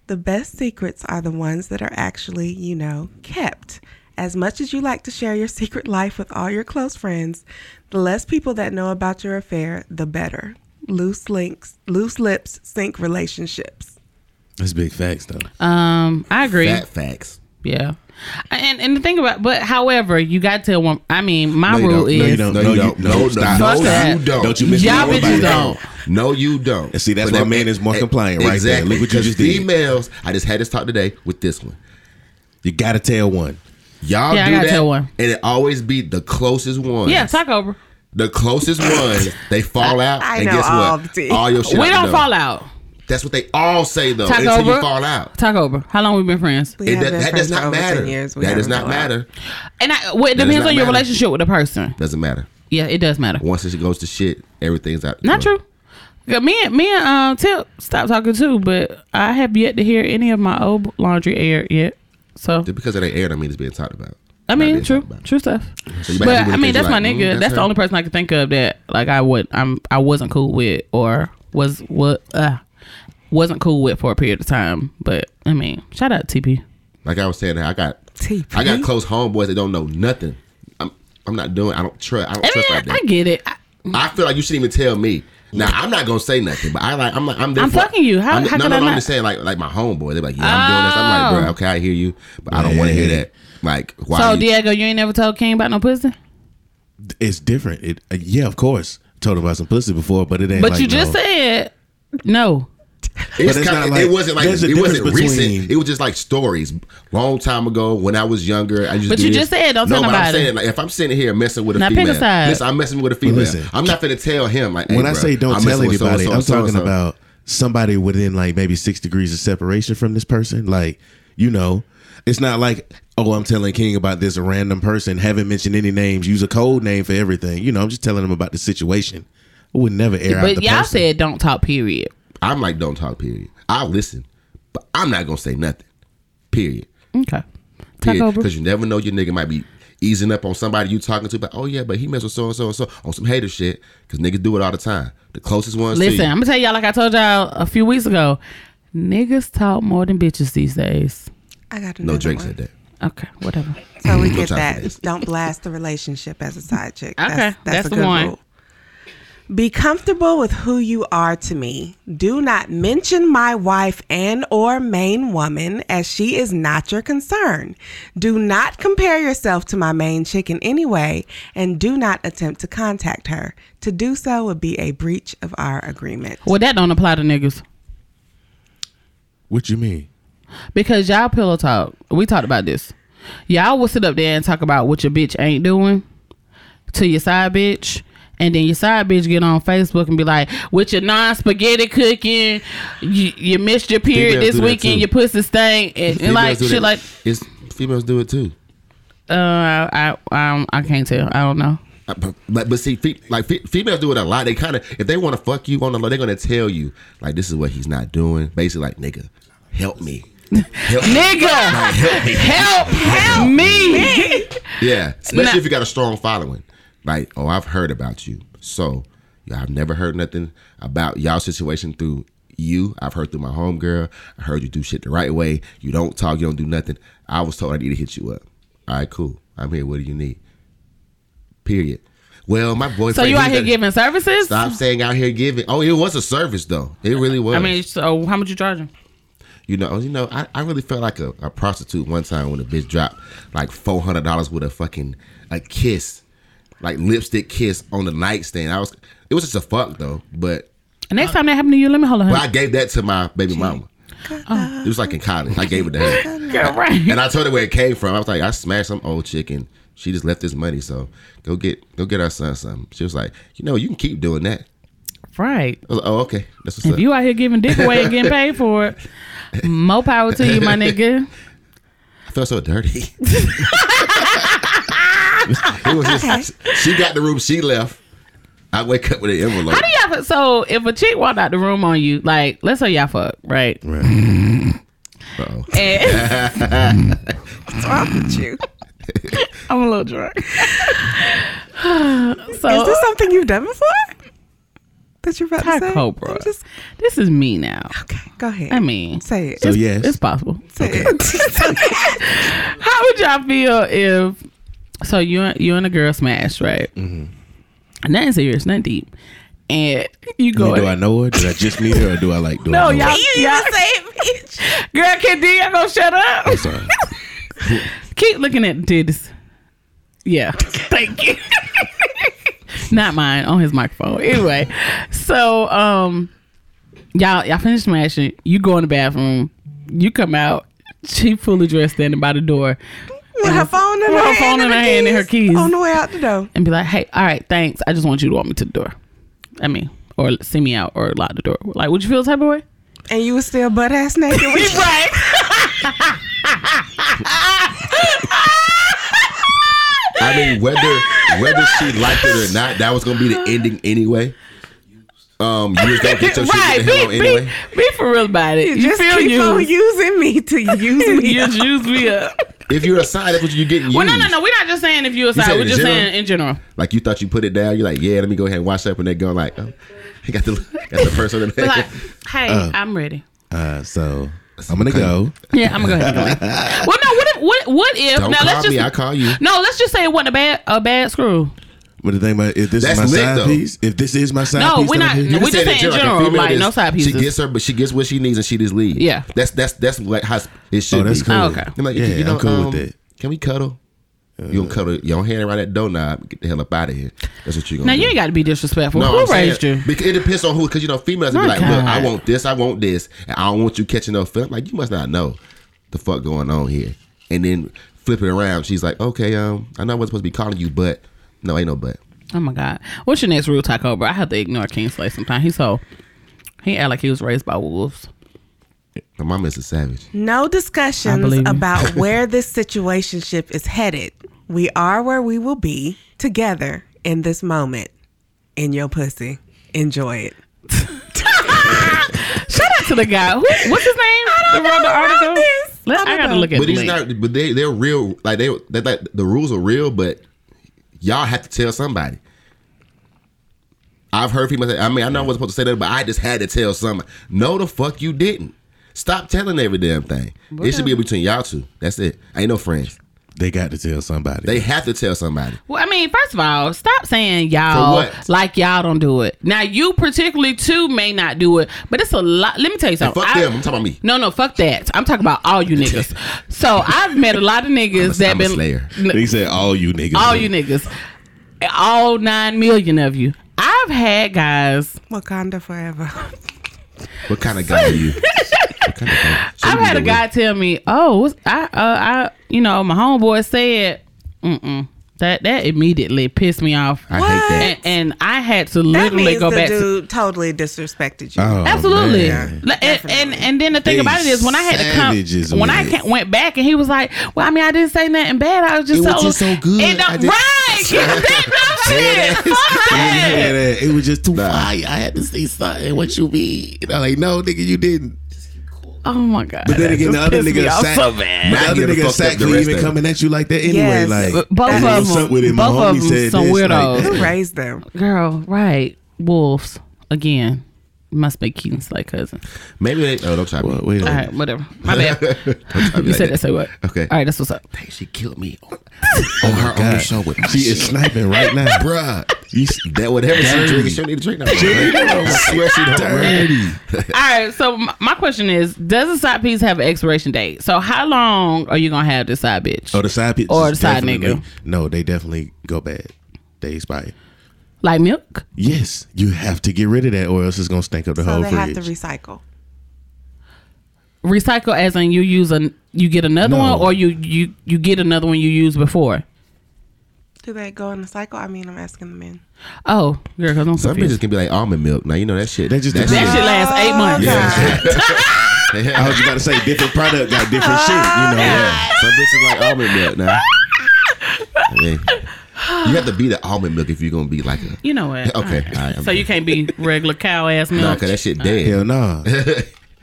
B: The best secrets are the ones that are actually, you know, kept. As much as you like to share your secret life with all your close friends, the less people that know about your affair, the better. Loose links, loose lips sink relationships.
C: That's big facts, though.
A: Um, I agree.
E: Fat facts.
A: Yeah. And and the thing about, but however, you got to one. I mean, my
E: No, you
A: rule
E: don't. No, you
A: is
E: don't. No, you don't. No, you don't.
A: Fuck
E: No,
A: that.
E: you don't.
C: Don't you miss
A: Y'all
C: me
A: bitches
C: nobody.
A: don't.
E: No, you don't.
C: And see, that's
E: But
C: why
E: that-
C: men is more
E: eh,
C: compliant right there. Look what you
E: 'cause
C: just did.
E: Females, I just had this talk today with this one.
C: You gotta tell one.
E: Y'all
A: Yeah, I
E: do
A: gotta
E: that,
A: tell one.
E: and it always be the closest one.
A: Yeah, Taco.
E: the closest ones. They fall out,
B: I
E: and
B: know
E: guess
B: all
E: what?
B: the tea.
E: All your shit.
A: We
E: out
A: don't
E: the door.
A: fall out.
E: That's what they all say though.
A: Taco
E: until you
A: over.
E: fall out.
A: Taco. How long we been friends?
B: We
E: It
B: have
E: does-
B: been
E: that
B: friends
E: does
B: for
E: not
B: over 10
E: matter.
B: years. We
E: That does
B: haven't
E: not
B: fell out.
E: matter.
A: And I, well, it depends
E: not
A: on your
E: matter.
A: relationship with the person.
E: Doesn't matter.
A: Yeah, it does matter.
E: Once it goes to shit, everything's out. the
A: Not
E: door.
A: true. Yeah, Me and me and um, Tip stopped talking too, but I have yet to hear any of my old laundry aired yet. So
E: Just because it ain't aired, I mean it's being talked about.
A: I
E: Not
A: mean,
E: being
A: true,
E: talked about.
A: true stuff.
E: So you might
A: But
E: do
A: I mean,
E: things
A: that's my
E: like, mm,
A: nigga. That's the
E: her.
A: only person I could think of that like I would I'm I wasn't cool with or was what uh, wasn't cool with for a period of time. But I mean, shout out TP.
E: Like I was saying, I got
B: TP?
E: I got close homeboys that don't know nothing. I'm I'm not doing. I don't trust. I don't
A: I
E: trust
A: mean,
E: like
A: I
E: that.
A: get it. I,
E: I, feel like you shouldn't even tell me. Now I'm not gonna say nothing, but I like I'm like I'm. there
A: I'm
E: for-
A: fucking you. How-
E: I'm,
A: how
E: no,
A: could
E: no,
A: I
E: no,
A: not?
E: I'm just saying like like my homeboy. They're like, yeah, I'm doing this. I'm like,
A: Oh.
E: bro, okay, I hear you, but I don't want to hear that. Like, why?
A: so
E: you-
A: Diego, you ain't never told King about no pussy,
C: It's different. It uh, yeah, of course. Told him about some pussy before, but it ain't.
A: but
C: like,
A: you just
C: no.
A: said no.
E: It's
C: But it's
E: kinda-
C: not like-
E: it wasn't like
C: there's a
E: it wasn't
C: difference between-
E: recent. It was just like stories, long time ago when I was younger. I just
A: But
E: did
A: you
E: this.
A: just said, don't
E: no,
A: tell
E: but I'm
A: nobody.
E: saying like if I'm sitting here messing with a
A: Now, pick a
E: female,
A: side.
E: listen, I'm messing with a female.
C: listen.
E: I'm not finna tell him like hey,
C: when I
E: bro,
C: say don't
E: I'm
C: tell
E: messing with so and
C: anybody,
E: so
C: I'm
E: and so and
C: talking
E: so.
C: about somebody within like maybe sixty degrees of separation from this person. Like, you know, it's not like oh, I'm telling King about this random person, haven't mentioned any names, use a code name for everything. You know, I'm just telling him about the situation. I would never air out
A: But
C: the
A: y'all
C: person.
A: said don't talk. Period.
E: I'm like, don't talk, period. I listen, but I'm not gonna say nothing, period.
A: Okay.
E: Period.
A: Taco.
E: Because you never know your nigga might be easing up on somebody you talking to, but oh yeah, but he mess with so and so and so on some hater shit. Because niggas do it all the time. The closest ones. to
A: Listen,
E: you.
A: I'm gonna tell y'all like I told y'all a few weeks ago. Niggas talk more than bitches these days.
B: I got another
E: no Drake
B: one.
E: said that.
A: Okay, whatever.
B: So we get
E: time for
B: that.
E: this.
B: Don't blast the relationship as a side chick.
A: Okay,
B: that's, that's,
A: that's
B: a
A: the
B: good
A: one.
B: rule. Be comfortable with who you are to me. Do not mention my wife and or main woman as she is not your concern. Do not compare yourself to my main chick in any way and do not attempt to contact her. To do so would be a breach of our agreement.
A: Well, that don't apply to niggas
C: What you mean?
A: because y'all pillow talk. We talked about this. Y'all will sit up there and talk about what your bitch ain't doing to your side bitch, and then your side bitch get on Facebook and be like, "With your non spaghetti cooking, you, you missed your period
E: Females
A: this
E: do that
A: weekend.
E: too.
A: Your pussy stank, and, and
E: Females
A: like
E: do
A: shit
E: that.
A: like."
E: it's females do it too.
A: Uh, I I um, I can't tell. I don't know.
E: Uh, But, but but see, fe- like fe- females do it a lot. They kind of if they want to fuck you on the low, they're gonna tell you like this is what he's not doing. Basically, like nigga, help me, help me.
A: Nigga, help, help me.
E: Yeah, especially
A: Nah.
E: if you got a strong following. Like, oh, I've heard about you. So, yeah, I've never heard nothing about y'all situation through you. I've heard through my homegirl. I heard you do shit the right way. You don't talk. You don't do nothing. I was told I need to hit you up. All right, cool. I'm here. What do you need? Period. Well, my boyfriend.
A: So you out
E: he
A: here
E: doesn't-
A: giving services?
E: Stop saying out here giving. Oh, it was a service though. It really was.
A: I mean, so how much you charging?
E: you know, you know, I, I really felt like a, a prostitute one time when a bitch dropped like four hundred dollars with a fucking a kiss. like lipstick kiss on the nightstand. I was it was just a fuck though, but
A: Next time that happened to you, let me hold on.
E: but I gave that to my baby mama. It was like in college. I gave it to her,
A: Girl, right.
E: and I told her where it came from. I was like, I smashed some old chick, and she just left this money. So go get go get our son something. She was like, you know, you can keep doing that.
A: right.
E: I was like, oh okay, that's what's
A: If
E: up.
A: you out here giving dick away and getting paid for it, more power to you, my nigga.
E: I felt so dirty. it was just she got the room, she left. I wake up with an envelope.
A: How do y'all? So if a chick walked out the room on you, like let's say y'all fuck, right?
E: Uh-oh.
A: And
B: What's wrong with you?
A: I'm a little drunk.
B: Is
A: so
B: this something you've done before? That you're about to say?
A: Ty Cobra,
B: I'm Just,
A: this is me now.
B: okay, go ahead.
A: I mean,
B: say it.
C: So
B: Just
C: yes,
A: it's possible.
B: say it.
A: How would y'all feel if? So you and- you and a girl smash, right?
C: Mm-hmm.
A: Nothing serious, nothing deep, and you
C: I
A: go.
C: mean, do I know her? Did I just meet her, or do I like? Do
A: no,
C: I know
A: y'all,
C: Her?
B: you
A: y'all,
B: even say it, bitch.
A: girl, can D, I'm gonna shut up.
C: I'm sorry.
A: Keep looking at this. Yeah. Thank you. Not mine on his microphone. Anyway, so um, y'all y'all finish smashing. You go in the bathroom. You come out. She fully dressed, standing by the door,
B: With her phone in
A: With
B: her,
A: her phone in
B: hand
A: her hand and her keys.
B: On the way out the door.
A: and be like, "Hey, all right, thanks. I just want you to walk me to the door. I mean, or send me out, or lock the door. Like, would you feel the type of way?
B: And you was still butt ass naked with your
E: I mean, whether whether she liked it or not, that was gonna be the ending anyway. Um, you was gonna get your shit
A: right?
E: get the hell on
A: Be,
E: anyway.
A: be, be for real about it. You
B: Just
A: feel
B: keep on
A: you.
B: using me to use me.
A: You juice me up.
E: If you're a side, that's what you get used.
A: Well, no, no, no. We're not just saying if you're a
E: said
A: side. We're
E: in
A: just
E: general?
A: saying in general.
E: Like you thought you put it down. You're like, yeah, let me go ahead and wash up, and they go like, oh, I got the got the person in the
A: Be like, hey, I'm ready.
C: Uh, so I'm gonna go.
A: Yeah, I'm gonna go ahead. And go. well, no. What if? What, what if?
E: Don't
A: now
E: call
A: let's just.
E: me. I call you.
A: no, let's just say it wasn't a bad a bad screw.
C: But the thing about if this
E: That's
C: is my
E: lit,
C: side
E: though.
C: piece, if this is my side
A: No,
C: piece,
A: we're
C: that I'm
A: not-
C: hitting-
A: no,
E: You
A: we
E: said
A: just
E: in
A: saying
E: a
A: general,
E: female
A: like,
E: is-
A: no side
E: She
A: pieces.
E: gets her, but she gets what she needs, and she just leaves.
A: Yeah.
E: that's that's that's like how it
C: Oh,
E: should.
C: that's
E: be.
C: cool.
A: Oh, okay.
E: I'm like,
C: yeah,
E: you know,
C: I'm cool
E: um,
C: with that.
E: Can we cuddle? you gonna cuddle your hand around that doorknob? Get the hell up out of here. That's what you gonna.
A: Now
E: do.
A: you ain't got to be disrespectful.
E: No, I'm
A: Who
E: saying-
A: raised you?
E: Because it depends on who. Because you know, females will be
A: My
E: like, "Look,
A: God.
E: I want this, I want this, and I don't want you catching no film." Like you must not know the fuck going on here. And then flip it around. She's like, "Okay, um, I know I was supposed to be calling you, but no, ain't no but."
A: Oh my god. What's your next rule, Taco? Bro, I have to ignore Kingsley sometimes. He's so he act like he was raised by wolves.
E: My mama is a savage.
B: No discussions
A: believe you.
B: about where this situationship is headed. We are where we will be together in this moment. In your pussy. Enjoy it.
A: Shout out to the guy. Who, what's his name? I
B: don't know about this.
A: Let,
B: I
A: I,
B: don't
A: gotta
B: know.
A: look at.
E: But
A: the
E: he's
A: link.
E: not. But they they're real. Like they they like the rules are real, but y'all have to tell somebody. I've heard people say, I mean, I know I wasn't supposed to say that, but I just had to tell somebody. No, the fuck you didn't. Stop telling every damn thing. It should be between y'all two. That's it. Ain't no friends.
C: They got to tell somebody.
E: They have to tell somebody.
A: Well, I mean, first of all, stop saying y'all
E: For what?
A: like y'all don't do it. Now, you particularly too may not do it, but it's a lot. Let me tell you something.
E: fuck them. I'm talking about me.
A: No, no, fuck that. I'm talking about all you niggas. So I've met a lot of niggas that
E: I'm a
A: been
E: slayer.
C: They said all you niggas.
A: all
C: do.
A: you niggas, all nine million of you. I've had guys.
B: Wakanda forever.
E: What kind of guy are you? what kind of guy? So
A: I've
E: you
A: had a
E: the
A: guy tell me, "Oh, what's- I, uh, I, you know, my homeboy said, mm-mm. that that immediately pissed me off,
E: one. I hate that.
A: and, and I had to
B: That
A: literally
B: means
A: go
B: the
A: back. to,
B: dude totally disrespected you.
C: Oh,
A: Absolutely.
C: man.
A: Like, and, and and then the thing
C: They
A: about it is when I had to
C: savages
A: come when I
C: with
A: ca-
C: it.
A: went back and he was like, "Well, I mean, I didn't say nothing bad. I was just
E: It
A: so
E: was just so good.
A: And, uh,
E: I just-
A: right?
E: Yeah,
A: that
E: that's-
C: Yeah,
A: bullshit. Fuck that.
C: that- It was just too fire. I had to see something. What you mean? And I'm like, no, nigga, you didn't.
A: Oh my god.
C: But then
A: that
C: again,
A: just
C: the other
A: pissed me
C: nigga
A: off
C: sack,
A: so
C: the
A: bad.
E: Now
C: other
E: you're the
C: nigga
E: fucked up
C: sack
E: the
C: for
E: rest
C: even
E: of it.
C: coming at you like that anyway.
B: Yes.
C: Like
A: Both
C: I know
A: of them-
C: what's up with it. My
A: both of
C: homie
A: them
C: said
A: some
C: this, like,
A: weirdos.
B: Who raised them?
A: Girl, right? Wolves again. Must be Keaton's like cousin.
E: Maybe they. Oh, don't try
C: Well,
E: me.
C: wait a
A: All
C: minute.
A: right, whatever. My bad.
E: Don't
A: You said that.
E: that.
A: Say what?
E: Okay.
A: All right, that's what's up.
E: Dang, she killed me on, on her own
C: Oh, God.
E: show with my
C: She is
E: shit.
C: sniping right now.
E: bruh.
C: You s-
E: That whatever she
C: Dirty.
E: drinking, she don't need to drink no more. I swear she don't. bruh.
C: dirty.
A: All right. So m- my question is, does a side piece have an expiration date? So how long are you gonna have this side bitch?
C: Oh, the side bitch
A: Or
C: is
A: the side
C: definitely-
A: nigga.
C: No, they definitely go bad. they expire.
A: Like milk?
C: Yes, you have to get rid of that, or else it's gonna stink up the
B: So
C: whole
B: they
C: fridge.
B: have to recycle.
A: Recycle as in you use an you get another
C: No.
A: one or you you you get another one you used before.
B: Do they go in the cycle? I mean, I'm asking the men.
A: Oh, girl, because I'm
E: Some
A: confused.
E: bitches can be like almond milk. Now you know that shit.
C: That just
E: that
C: depends.
A: That shit lasts eight months.
E: shit-
C: I was about to say different product got different shit. You know,
E: Yeah. Some bitches like almond milk now. I mean, you have to be the almond milk if you're gonna be like a
A: You know what?
E: Okay,
A: All right.
E: all right, I'm
A: so you can't be regular cow ass
E: no,
A: milk.
E: cause that shit dead.
C: hell nah.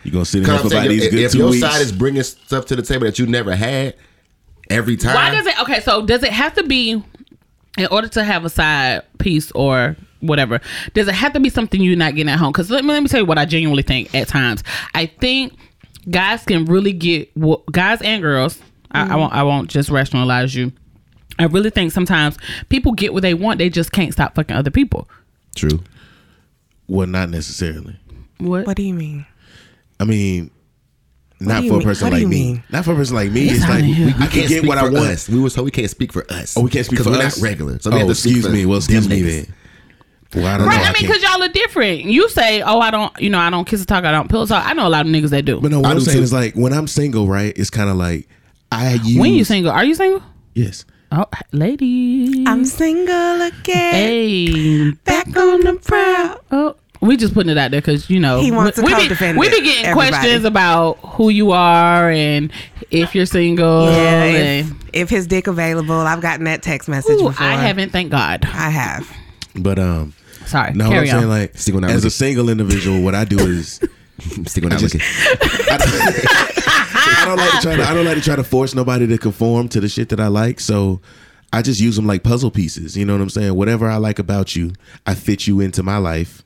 C: You gonna sit in here
E: Cause
C: for
E: I'm
C: about
E: saying,
C: these
E: if,
C: good
E: if
C: two
E: your
C: weeks?
E: side is bringing stuff to the table that you never had every time,
A: Why does it? Okay, so does it have to be in order to have a side piece or whatever? Does it have to be something you're not getting at home? Because let me let me tell you what I genuinely think. At times, I think guys can really get wh- guys and girls. I, I won't. I won't just rationalize you. I really think sometimes people get what they want. They just can't stop fucking other people.
E: true?
C: well, not necessarily.
A: What?
B: What do you mean?
C: I mean, not
B: do you
C: for a
B: mean-
C: person
B: what do
C: like
B: you
C: me.
B: mean?
C: Not for a person like me. It's,
A: It's out
C: like
A: of here.
C: we,
A: We
C: I can
E: Can't
C: get
E: speak
C: what I
E: for
C: want.
E: Us. We was told we can't speak for us.
C: Oh, we can't speak
E: 'Cause
C: for
E: we're
C: us.
E: not regular. So
C: oh,
E: we have to speak
C: excuse
E: for
C: me. Well, excuse
E: them
C: me
E: niggas.
C: then. Well, I don't
A: Right,
C: know.
A: I mean, because y'all are different. You say, "Oh, I don't," you know, "I don't kiss and talk, I don't pillow talk." I know a lot of niggas that do.
C: But no,
E: I
C: what I'm
E: do
C: saying
E: too.
C: is like when I'm single, right? It's kind of like I use.
A: when you single, are you single?
C: Yes.
A: Oh, lady,
B: I'm single again.
A: Hey,
B: Back on the prowl.
A: oh, we just putting it out there because you know
B: He wants to
A: we, we, be,
B: co-defend
A: we be
B: it,
A: getting
B: everybody.
A: questions about who you are and if you're single.
B: yeah, if,
A: and,
B: if his dick available, I've gotten that text message
A: Ooh,
B: before.
A: I haven't. Thank God.
B: I have.
C: But um,
A: Sorry.
C: no, what I'm
A: carry
C: saying
A: on.
C: like
E: Single not
C: as a
E: looking.
C: single individual, what I do is
E: I'm sticking out
C: just-
E: looking.
C: I don't- I don't like to try to. I don't like to try to force nobody to conform to the shit that I like. So I just use them like puzzle pieces. You know what I'm saying? Whatever I like about you, I fit you into my life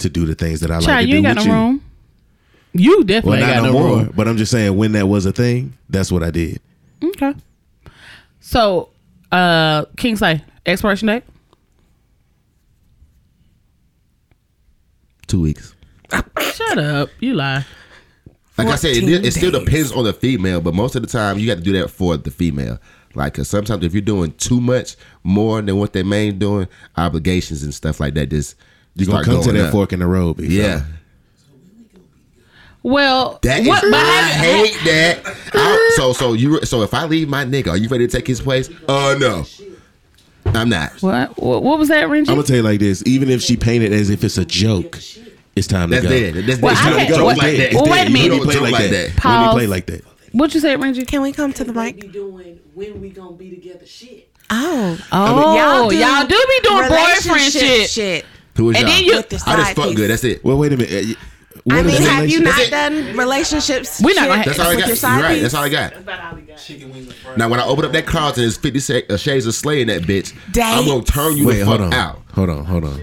C: to do the things that I like
A: Child,
C: to
A: you
C: do
A: ain't got
C: with
A: no
C: you.
A: room. You definitely
C: Well, not
A: ain't got
C: no
A: no,
C: more.
A: room.
C: But I'm just saying, when that was a thing, that's what I did.
A: Okay. So, uh, Kingsley, expiration date.
E: Two weeks.
A: Shut up. You lie.
E: Like I said, it,
B: 14
E: it still
B: days.
E: depends on the female, but most of the time you got to do that for the female. Like, cause sometimes if you're doing too much more than what they main doing, obligations and stuff like that just
C: You're gonna
E: start
C: come to
E: going
C: that
E: up.
C: fork in the road, big
E: Yeah,
C: fella.
A: Well,
E: that is.
A: what, but
E: I
A: have-
E: hate that. I- so so you so if I leave my nigga, are you ready to take his place? Uh no, I'm not.
A: What, what what was that, Renji?
C: I'm gonna tell you like this: even if she painted as if it's a joke, it's time
E: That's
C: to go.
E: dead. That's
A: Well,
E: dead.
A: I
E: You
A: had-
E: don't joke
A: what-
E: like that.
A: well, wait a minute.
E: You don't
C: When you
E: joke like that.
C: When
A: Pause.
C: you play like that.
A: What'd you say, Renji?
B: Can we come to the
F: They be
B: mic?
F: doing when we gonna be together shit.
B: Oh,
A: Oh, y'all do, be doing boyfriend
B: relationship
A: shit.
B: shit.
E: Who is
A: And then
E: y'all?
A: you-
E: I
A: With the
E: just
B: side
E: fuck
B: piece.
E: good. That's it.
C: Well, wait a minute.
B: I
C: Uh, what is
B: mean,
C: that
B: have you
C: relationship-
B: not
E: That's it.
B: done relationships?
A: We're not gonna-
B: shit
E: That's all I
B: with
E: got.
B: your
E: You're
B: side
E: right.
B: piece?
E: That's all I got. Now, when I open up that closet and it's 50 sec- uh, Shades of Slay in that bitch, I'm
B: Date.
E: going to turn you
C: Wait,
E: the
C: hold
E: fuck
C: on.
E: out.
C: Hold on, hold on.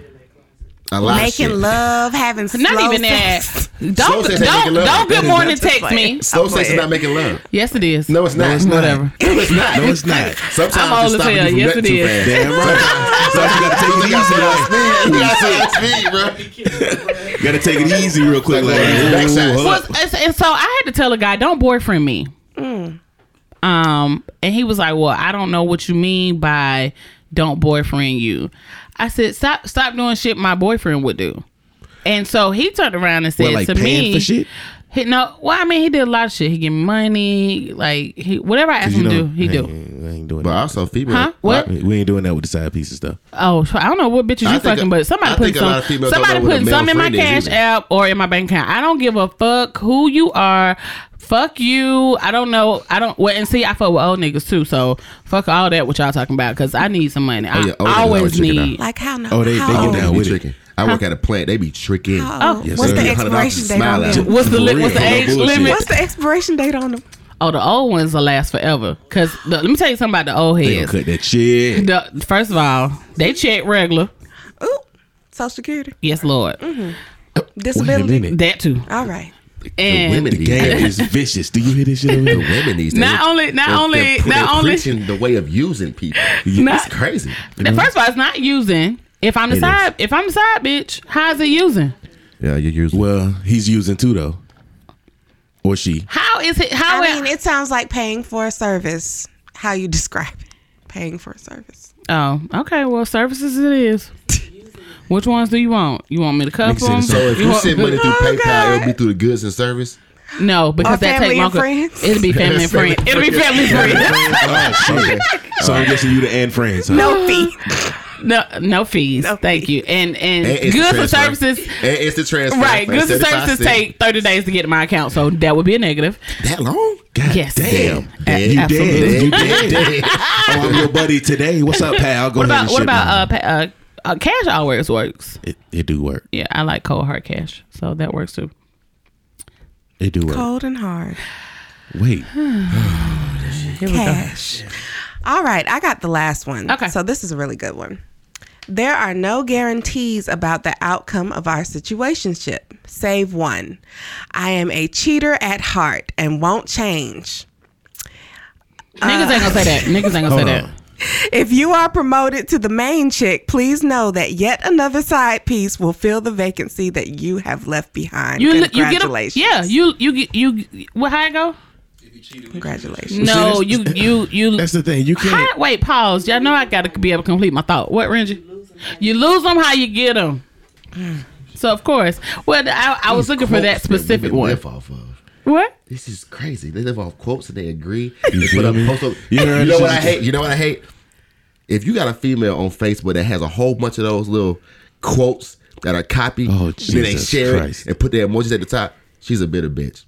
E: I like
B: Making
E: shit.
B: love, having
A: Not
B: slow
A: even
B: sex.
A: that. Don't
E: Slow sex ain't making
A: don't
E: love.
A: don't good
E: That is
A: morning
E: not-
A: text me.
E: Slow sex is
B: playing.
E: not making love.
A: Yes, it is.
E: No, it's not.
C: it's not.
A: Whatever.
E: No, it's not.
C: No, it's not.
E: Sometimes
A: I'm
E: it's
A: old as
E: stopping
A: hell.
E: you from
A: Yes,
E: nutting
A: it
E: too
A: is.
E: fast.
C: Damn right. Sometimes you gotta take it easy. Like,
E: You gotta take it on speed. You gotta take it on speed, bro.
C: you gotta take it easy real quick. Like,
E: Like, like,
C: ooh,
E: backside.
C: hold
A: Well,
C: up.
A: it's- and so I had to tell a guy, don't boyfriend me.
C: Mm.
A: Um, and he was like, "Well, I don't know what you mean by don't boyfriend you." I said, "Stop, stop doing shit my boyfriend would do." And so he turned around and said
C: What, like
A: to
C: paying
A: me,
C: for shit?
A: He, no, well, I mean, he did a lot of shit. He gave me money, like he whatever I asked him to do, he
C: I
A: do.
C: ain't- I ain't doing
E: But
C: that.
E: also, female.
A: Huh? What?
C: We- We ain't doing that with the side pieces though.
A: Oh, so I don't know what bitches
E: I
A: you
E: think
A: fucking,
E: a-
A: but somebody
E: I
A: put
E: think a lot
A: some
E: of females
A: somebody
E: don't know what
A: put
E: a male
A: some in my
E: friend is
A: cash
E: either.
A: app or in my bank account. I don't give a fuck who you are. Fuck you. I don't know. I don't. Well, and see, I fuck with old niggas too. So fuck all that. What y'all talking about? Because I need some money.
E: Oh, yeah, old niggas
A: I always
E: always tricking out.
A: need.
B: Like how no?
C: Oh, they-
B: how
C: they get
B: old?
C: down
E: They be
C: with it.
E: tricking. I work at a plant. They be tricking.
B: How
A: Oh,
B: old?
C: Yes,
B: what's
C: sir.
B: the
C: You
B: expiration date
E: smile
B: on
E: at
B: them?
E: you.
A: What's the li-
C: For
A: what's
C: real.
A: the
C: No
A: age
C: bullshit.
A: limit?
B: What's the expiration date on them?
A: Oh, the old ones will last forever. Cause the, let me tell you something about the old
C: They gonna
A: heads.
C: cut that shit.
A: The- first of all, they check regular.
B: Ooh, Oh, Social Security,
A: Yes, Lord.
C: Wait a
B: disability.
C: minute.
A: That too.
B: All right.
E: The
A: And
E: women
C: The
E: these
C: game is
E: days.
C: vicious. Do you hear this shit? Over
E: The
C: here?
E: women these days.
A: Not only- not
E: they're-
A: only-
E: they're pre-
A: not
E: they're
A: only-
E: preaching the way of using people.
A: Not-
E: it's crazy.
A: First of all, it's not using. If I'm the
C: It
A: side, if I'm the side bitch, how's it using?
E: Yeah, you use
C: Well, he's using two though, or she.
A: How is it? How
B: I
A: it-
B: mean, it sounds like paying for a service. How you describe it? paying for a service.
A: Oh, okay. Well, services it is. Which ones do you want? You want me to cuff
C: Nigga said
A: them?
E: So if you
A: want-
E: send money through
B: Oh,
E: PayPal, it'll be through the goods and service.
A: no, because
B: Or
A: that
B: family
A: take
B: and
A: longer.
B: friends?
A: It'll be family and friends. It'll be family and friends.
C: oh, shit. So I'm guessing you the and friends. Huh?
B: No fee.
A: No, no fees. Thank you. And and,
E: And it's the
A: goods and
E: transfer.
A: services.
E: And it's the transfer.
A: Right,
E: for
A: goods and
E: 75
A: services
E: cents.
A: take thirty days to get in my account, so that would be a negative.
E: that long.
C: God
A: Yes.
C: Damn.
A: A-
E: Dead. You
A: absolutely.
C: Dead.
E: Dead,
C: You
E: dead,
C: dead.
E: dead.
C: oh, I'm your buddy today. What's up, pal? Go
A: What about
C: ahead and
A: what
C: ship
A: about
C: me.
A: uh, pa- uh, uh cash? Always works.
C: It, it do work.
A: Yeah, I like cold hard cash, so that works too.
C: It do work.
B: Cold and hard.
C: Wait.
B: Cash. All right, I got the last one.
A: Okay.
B: So this is a really good one. There are no guarantees about the outcome of our situationship, save one. I am a cheater at heart and won't change.
A: Niggas ain't gonna say that. Niggas ain't gonna say that.
B: If you are promoted to the main chick, please know that yet another side piece will fill the vacancy that you have left behind.
A: You you get a,
B: Congratulations.
A: yeah. You you get- you what? How it go?
B: Congratulations.
A: No,
C: See,
A: you
C: that's-
A: you you.
C: That's the thing. You
A: How,
C: can't.
A: wait, pause. Y'all know I gotta be able to complete my thought. What, Renji? You lose them how you get them. So of course, well, I, I was looking for that
E: Quotes women
A: specific one.
E: Live off of.
A: What?
E: This is crazy. They live off quotes and they agree.
C: You
E: They
C: feel
E: put up
C: me?
E: posts up-
C: You
E: You
C: know,
E: know,
C: it's
E: what I
C: just-
E: hate? You know what I hate? If you got a female on Facebook that has a whole bunch of those little quotes that are copied,
C: Oh,
E: and then they
C: Jesus
E: share
C: Christ.
E: it and put their emojis at the top, she's a bitter bitch.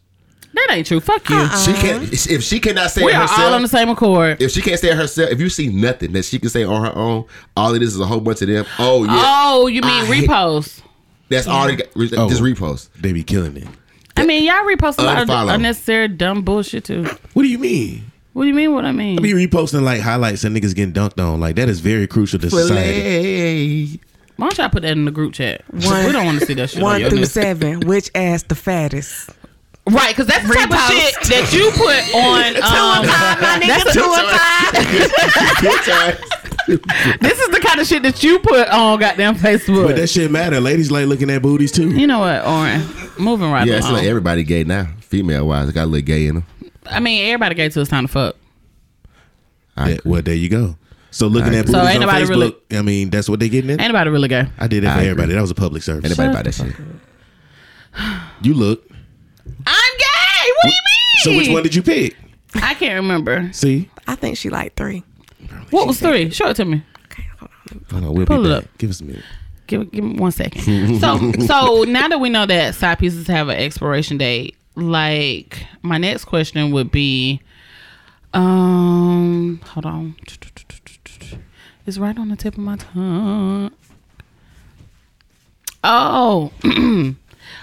A: That ain't true. Fuck you.
E: She can't if she cannot say
A: Uh-uh. We
E: it
A: are
E: herself.
A: all on the same accord.
E: if she can't say it herself, if you see nothing that she can say on her own, all it is is a whole bunch of them. Oh yeah,
A: Oh, you mean
E: I hate-
A: repost?
E: that's all. They got, re-
C: Oh.
E: Just repost.
C: They be killing it.
A: I mean, y'all repost a lot of
E: Unfollow.
A: unnecessary dumb bullshit too.
C: What do you mean?
A: What do you mean? What I mean?
C: I be reposting like highlights and niggas getting dunked on. Like that is very crucial to society.
E: Filet.
A: Why don't y'all put that in the group chat? 'Cause
B: One-
A: we don't want to see that shit. on
B: One
A: your
B: through
A: news.
B: seven, which ass the fattest?
A: Right, because that's the type of shit that you put on. Um, that's a-
E: Two times.
A: this is the kind of shit that you put on goddamn Facebook.
C: But that shit matter. Ladies like looking at booties too.
A: you know what, Oren? Moving right
E: Yeah, it's
A: along.
E: like everybody gay now, female wise. It got a little gay in them.
A: I mean, everybody gets to it's time to fuck.
E: I
C: Yeah, well, there you go. So looking at
E: agree.
C: booties
A: So ain't
C: on
A: nobody
C: Facebook,
A: really-
C: I mean, that's what they getting in.
A: Ain't nobody really gay.
C: I did that
E: I
C: for
E: agree.
C: everybody. That was a public service.
E: Anybody about that shit?
C: You look.
A: I'm gay. What do you mean?
C: So which one did you pick?
A: I can't remember.
C: See,
B: I think she liked three.
A: What was three? Show it to me.
B: Okay, hold on.
C: I know we'll
A: Pull
C: be
A: it
C: back.
A: up.
C: Give us a minute.
A: Give, give me one second. so, so now that we know that side pieces have an expiration date, like my next question would be, um, hold on, it's right on the tip of my tongue. Oh,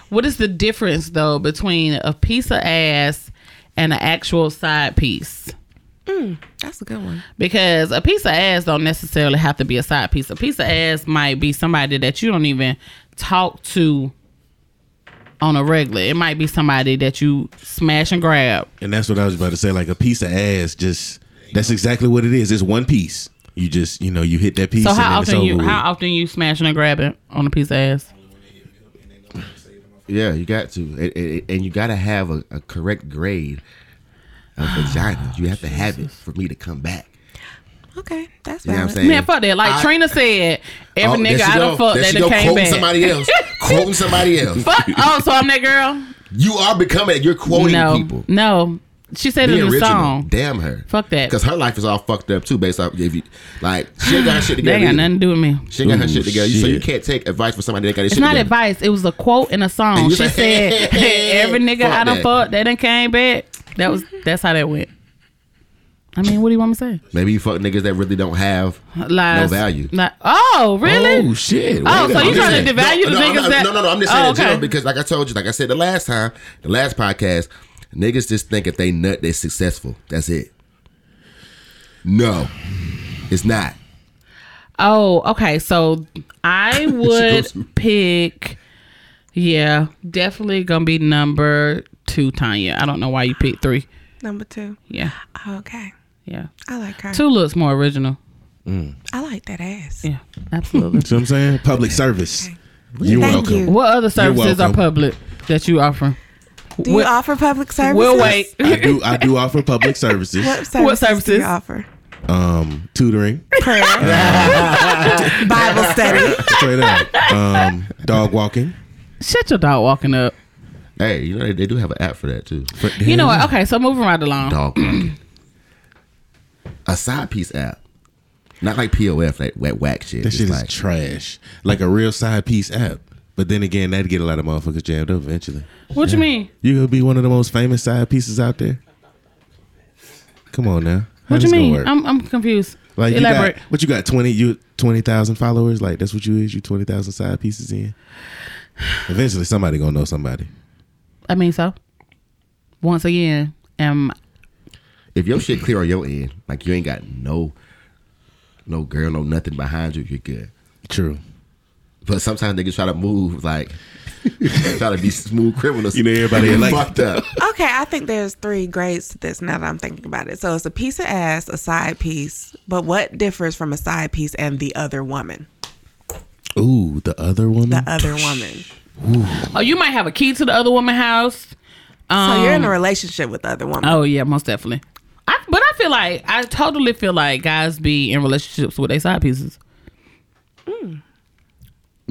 A: what is the difference though between a piece of ass and an actual side piece?
B: That's a good one.
A: because a piece of ass don't necessarily have to be a side piece. A piece of ass might be somebody that you don't even talk to on a regular. It might be somebody that you smash and grab.
C: And that's what I was about to say. Like a piece of ass, just that's exactly what it is. It's one piece. You just you know you hit that piece.
A: So
C: and then
A: how
C: it's
A: often you
C: over with.
A: how often you smashing and grabbing on a piece of ass?
E: Yeah, you got to, and, and- and you got to have a, a correct grade of
A: Ah,
E: vagina. You have to have it for me to come back.
B: Okay, that's
E: You know what I'm
B: valid.
E: saying?
A: Man, fuck that. Like
E: I-
A: Trina said, every
E: Oh, there
A: nigga
E: she
A: I
E: go.
A: done fucked
E: There
A: that
E: she
A: done
E: go,
A: came
E: quoting
A: back.
E: somebody else. quoting somebody else.
A: Fuck. Oh, so I'm that girl?
E: You are becoming. You're quoting
A: No,
E: people.
A: no. She said
E: Be
A: it in the
E: original.
A: song.
E: Damn her.
A: Fuck that.
E: Because her life is all fucked up too, based off if you like she ain't got her shit
A: They
E: together.
A: ain't got
E: either.
A: nothing to do with me.
E: She ain't got her
C: Ooh,
E: shit together. So you
C: shit.
E: can't take advice from somebody that got his
A: It's
E: shit
A: not
E: together.
A: advice. It was a quote in a song.
E: And
A: She
E: you like,
A: said, "Every nigga
E: fuck
A: I done
E: that."
A: fucked, they done came back." That was that's how that went. I mean, what do you want me to
E: Maybe you fuck niggas that really don't have
A: say? Lies.
E: No value.
A: Li- oh, really?
C: Oh shit!
A: Oh,
C: Wait
A: so
C: a
A: you
C: minute.
A: trying to devalue the
E: no,
A: niggas
E: I'm not-
A: that-
E: No, no, no. I'm just
A: Oh,
E: saying in general
A: okay.
E: because, like I told you, like I said the last time, the last podcast, niggas just think if they nut, they're successful. That's it. No, it's not.
A: Oh, okay. So I
E: goes-
A: would pick. Yeah, definitely gonna be number two, Tanya. I don't know why you picked three.
B: Number two.
A: Yeah,
B: Okay,
A: yeah.
B: I like her.
A: Two looks more original.
B: I like that ass.
A: Yeah, absolutely.
C: See what I'm saying? Public service. You're
B: Thank
C: welcome.
B: you.
A: what other services are
C: welcome.
A: public that you offer?
B: Do you
A: What-
B: offer public services?
A: We'll wait.
C: I do. I do offer public services.
B: What services, do
A: services?
B: you offer?
C: um, tutoring,
B: Bible study.
C: straight up, um, dog walking.
A: Shut your dog walking up.
E: Hey, you know they, they do have an app for that too.
A: You know what? Okay, so moving right along.
E: Dog walking. a side piece app, not like POF, like wet whack shit.
C: That
E: It's
C: shit is
E: like,
C: trash. Like a real side piece app. But then again, that'd get a lot of motherfuckers jammed up eventually.
A: What you mean?
C: You gonna be one of the most famous side pieces out there? Come on now. How
A: What you
C: this gonna
A: mean?
C: work?
A: I'm I'm confused.
C: like you
A: Elaborate.
C: got, what you got? Twenty you twenty thousand followers? Like that's what you is? You twenty thousand side pieces in? Eventually, somebody gonna know somebody.
A: I mean, so once again, am
E: if your shit clear on your end, like you ain't got no, no girl, no nothing behind you, you're good.
C: True.
E: But sometimes niggas try to move like try to be smooth criminals.
C: You know, everybody
E: They
C: like-
E: fucked up.
B: Okay, I think there's three grades to this now that I'm thinking about it. So it's a piece of ass, a side piece, but what differs from a side piece and the other woman?
C: Ooh, the other woman.
B: The other woman.
A: oh you might have a key to the other woman's house. Um,
B: So you're in a relationship with the other woman.
A: Oh yeah, most definitely. I, but I feel like I totally feel like guys be in relationships with their side pieces.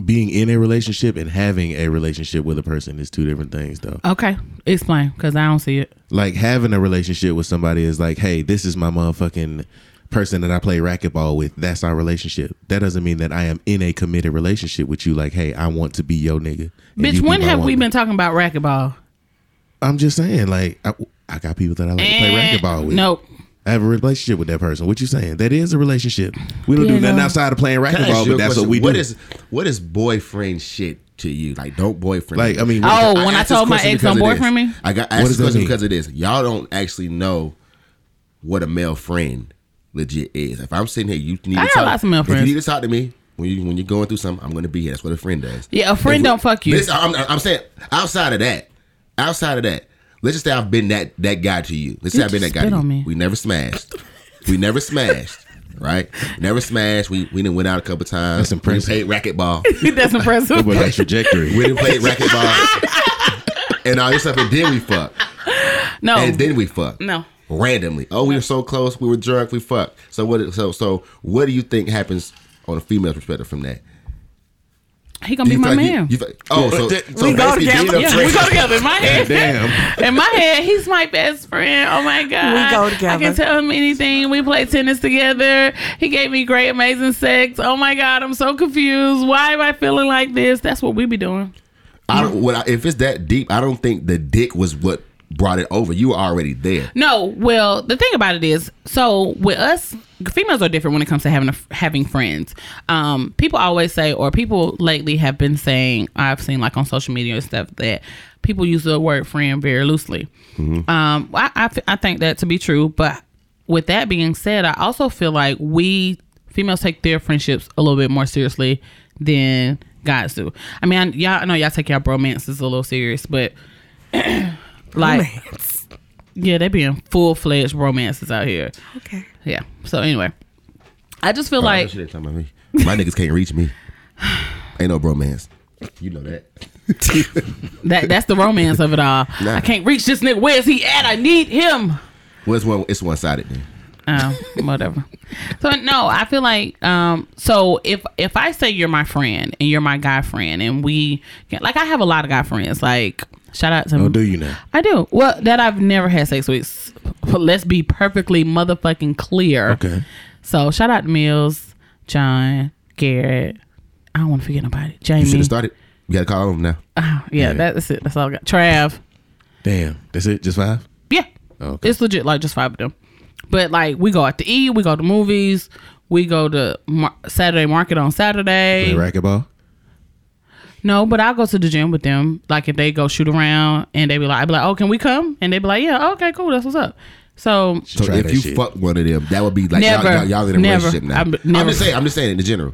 C: Being in a relationship and having a relationship with a person is two different things, though.
A: Okay, explain because I don't see it.
C: like having a relationship with somebody is like, hey, this is my motherfucking person that I play racquetball with. That's our relationship. That doesn't mean that I am in a committed relationship with you. Like, hey, I want to be your nigga. and you
A: Bitch,
C: be
A: when
C: my
A: have we
C: woman.
A: been talking about racquetball?
C: I'm just saying, like, I, I got people that I like to play racquetball with.
A: Nope.
C: I have a relationship with that person. What you saying? That is a relationship. We don't do
A: Diego.
C: nothing outside of playing
E: Can I ask
C: racquetball, but
E: you a
C: that's
E: question?
C: what we do.
E: What is what is boyfriend shit to you? Like, don't boyfriend.
C: like,
E: me.
C: I mean,
A: Oh,
E: I
A: when I
E: asked this
A: told my
E: question
A: ex don't
E: because of
A: boyfriend
E: this.
A: me.
E: I got
C: What
E: asked
C: does
E: this
C: that
E: question
C: mean?
E: because of this. Y'all don't actually know what a male friend legit is. If I'm sitting here, you need
A: I
E: to
A: got
E: talk.
A: lots of male
E: if
A: friends.
E: you need to talk to me when you when you're going through something, I'm going to be here. That's what a friend does.
A: Yeah, a friend
E: If-
A: don't fuck you.
E: Listen, I'm, I'm saying outside of that, outside of that, let's just say I've been that that guy to you. Let's say
A: You
E: I've been that
A: just
E: guy. To
A: spit
E: you.
A: on me.
E: We never smashed. we never smashed. Right? Never smashed. We we done went out a couple times.
C: That's impressive.
E: We done played racquetball.
A: That's impressive.
C: but that trajectory.
E: We didn't play racquetball and all this stuff, and then we fucked,
A: no,
E: and then we fucked.
A: No.
E: randomly. Oh, we were so close. We were drunk. We fucked. So what? So so what do you think happens on a female's perspective from that?
A: he gonna be
E: Do you
A: my
E: feel like you-
A: man.
E: you feel- oh, so,
C: that-
E: so
B: We go
E: basically
B: together.
E: being a
A: yeah,
E: friend-
A: we go together in my head.
C: Damn.
A: In my head, he's my best friend. Oh my god,
B: We go
A: I
B: together.
A: can tell him anything. We play tennis together. He gave me great, amazing sex. Oh my god, I'm so confused. Why am I feeling like this? That's what we be doing.
E: I don't. What I, if it's that deep? I don't think the dick was what brought it over. You were already there.
A: No, well, the thing about it is, so with us, females are different when it comes to having a, having friends. Um, people always say, or people lately have been saying, I've seen like on social media and stuff that people use the word friend very loosely. Um, I, I f- I think that to be true, but with that being said, I also feel like we females take their friendships a little bit more seriously than guys do. I mean, I, y'all I know y'all take y'all bromances a little serious, but
B: oh.
A: like. Yeah, they be in full fledged romances out here.
B: Okay.
A: Yeah. So anyway, I just feel
E: Oh, that
A: like
E: shit ain't talking about me. My niggas can't reach me. Ain't no bromance. You know that.
A: that that's the romance of it all.
E: Nah.
A: I can't reach this nigga. Where is he at? I need him.
E: Well, it's one. It's one sided then.
A: Oh, whatever. so no, I feel like um so if if I say you're my friend and you're my guy friend and we like I have a lot of guy friends like shout out to
C: Oh, do you now?
A: I do. Well, that I've never had sex with. S- Let's be perfectly motherfucking clear.
C: Okay.
A: So shout out to Mills, John, Garrett. I don't want to forget nobody. Jamie.
E: You
C: Mm-hmm.
E: should have started. You gotta call them now.
A: Oh, yeah, that's it. That's all I got. Trav.
C: Damn. That's it? Just five?
A: Yeah.
C: Okay.
A: It's legit like just five of them. But like we go out to eat, we go to movies, we go to mar- Saturday market on Saturday.
C: Play racquetball?
A: No, but I go to the gym with them. Like if they go shoot around and they be like, I be like, oh, can we come? And they be like, yeah, okay, cool, that's what's up. So
E: So
C: Try
E: if
C: that
E: you
C: shit.
E: fuck one of them, that would be like y'all-
A: Never.
E: y'all, y'all in a
A: Never.
E: relationship now.
A: I'm-
E: I'm,
A: never.
E: just saying. I'm just saying in general.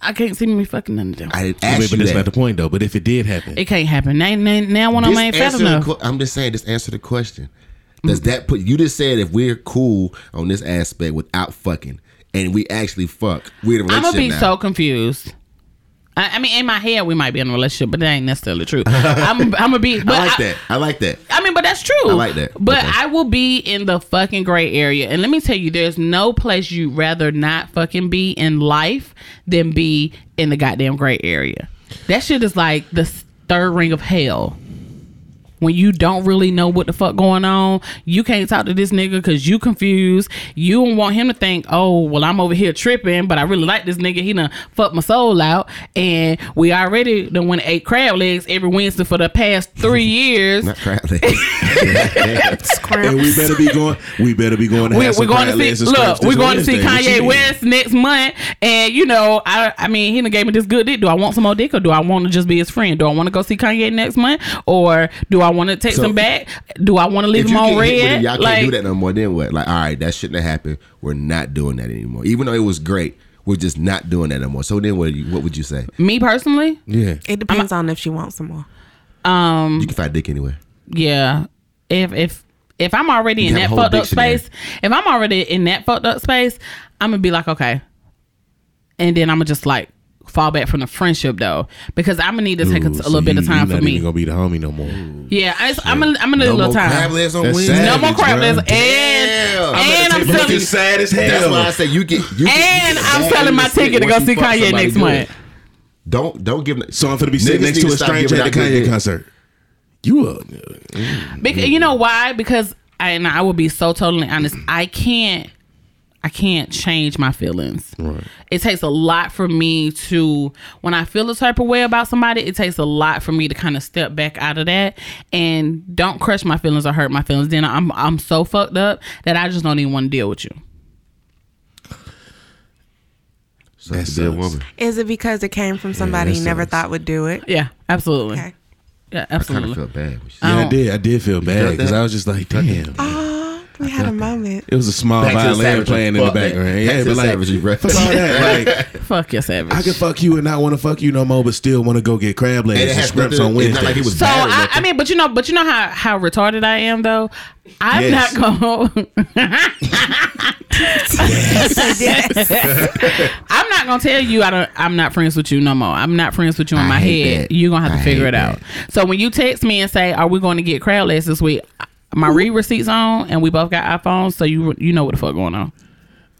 A: I can't see me fucking none of them.
E: I didn't
C: Wait,
E: ask
C: but
E: you
C: that's not
E: that.
C: the point, though. But if it did happen,
A: it can't happen. Now, now, now when I'm
E: Just
A: ain't fat
E: answer the
A: enough. Mm.
E: que- I'm just saying. Just answer the question. Does that put you just said if we're cool on this aspect without fucking and we actually fuck, we're in a
A: I'm
E: relationship
A: gonna be
E: now.
A: so confused. I, I mean, in my head, we might be in a relationship, but that ain't necessarily true. I'm, I'm gonna be. But
E: I like that. I like that.
A: I mean, but that's true.
E: I like that.
A: But
E: Okay.
A: I will be in the fucking gray area. And let me tell you, there's no place you'd rather not fucking be in life than be in the goddamn gray area. That shit is like the s- third ring of hell. When you don't really know what the fuck going on, you can't talk to this nigga because you confused. You don't want him to think, oh, well, I'm over here tripping, but I really like this nigga. He done fucked my soul out. And we already done went and ate crab legs every Wednesday for the past three years.
E: Not Crowley.
C: And we better be going. We better be going to
A: we,
C: have
A: we're
C: some
A: going
C: crab
A: to
C: legs
A: see.
C: and
A: Look,
C: scrapes
A: we're
C: this
A: going to see
C: Wednesday. What you
A: Kanye
C: mean?
A: West next month, and you know, I, I mean, he done gave me this good dick. Do I want some more dick, or do I want to just be his friend? Do I want to go see Kanye next month, or do I want to take
E: So-
A: some back? Do I want to leave
E: If
A: him
E: you
A: on
E: get hit with it,
A: red?
E: y'all
A: Like,
E: can't do that no more. Then what? Like, all right, that shouldn't have happened. We're not doing that anymore. Even though it was great, we're just not doing that anymore. So then, what? you, what would you say?
A: me personally,
C: Yeah.
B: It depends on if she wants some more.
A: um,
E: You can find dick anywhere.
A: yeah, if if if I'm already in
E: have
A: that
E: a whole
A: fucked up
E: dictionary.
A: space, if I'm already in that fucked up space, I'm gonna be like, okay, and then I'm gonna just like fall back from the friendship though, because I'm gonna need to take a, a
C: Ooh,
A: little
C: so
A: bit of
C: you- you
A: time for
C: not
A: me.
C: even gonna be the homie no more.
A: Yeah, I, I'm gonna I'm gonna do a little
E: Oh, crab
A: time.
E: legs on
C: That's
E: Wednesday.
C: sad.
A: No more crab
C: Damn.
A: legs, and and I'm
C: Look,
A: selling
C: it's sad as hell.
E: That's why I say you get. You get-
A: and
E: you get
A: I'm
E: mad
A: selling
E: when
A: my
E: you sit
A: ticket to go
E: when you
A: see
E: fuck
A: Kanye
E: somebody
A: next
E: good.
A: month.
E: Don't don't give.
C: So I'm gonna be sitting
E: Niggas
C: next
E: need
C: to
E: to
C: a
E: stop
C: stranger
E: giving
C: at the
E: out good
C: Kanye
E: dick.
C: concert. You a
A: Because you know why? Because I, and I will be so totally honest. I can't. I can't change my feelings. It takes a lot for me to when I feel a type of way about somebody. It takes a lot for me to kind of step back out of that and don't crush my feelings or hurt my feelings. Then I'm I'm so fucked up that I just don't even want to deal with you.
E: So that's
C: That
E: a
C: sucks.
E: woman.
B: Is it because it came from somebody
C: that
B: you never
C: sucks.
B: thought would do it?
A: Yeah, absolutely.
B: Okay.
A: Yeah,
E: I kind of
A: absolutely.
E: felt bad. when she-
A: I
C: Yeah, I
A: don't-
C: did. I did feel bad
E: felt
C: because
E: that?
C: I was just like, damn.
B: Oh, we had a moment.
C: It was a small
E: Back to the
C: violin
E: savagery.
C: playing in the
E: Fuck that.
C: background.
E: Back
C: Yeah,
E: to
C: but
E: the
C: like,
E: savagery, bro.
C: fuck all that. Like,
A: Fuck your savage.
C: I could fuck you and not want to fuck you no more, but still want to go get crab legs
E: And it
C: and,
E: has
C: scrimps
E: nothing-
C: on
E: it's
C: Wednesday.
E: not like he was-
A: So
E: bad or
A: I, I
E: nothing.
A: mean, but you know, but you know how how retarded I am though. I'm
C: Yes.
A: not gonna. I'm not gonna tell you I don't. I'm not friends with you no more. I'm not friends with you in
E: I
A: my
E: hate
A: head.
E: that.
A: You're gonna have
E: I
A: to figure
E: hate
A: it out. So when you text me and say, "Are we going to get crowd legs this week?" My re receipts on, and we both got iPhones, so you you know what the fuck going on.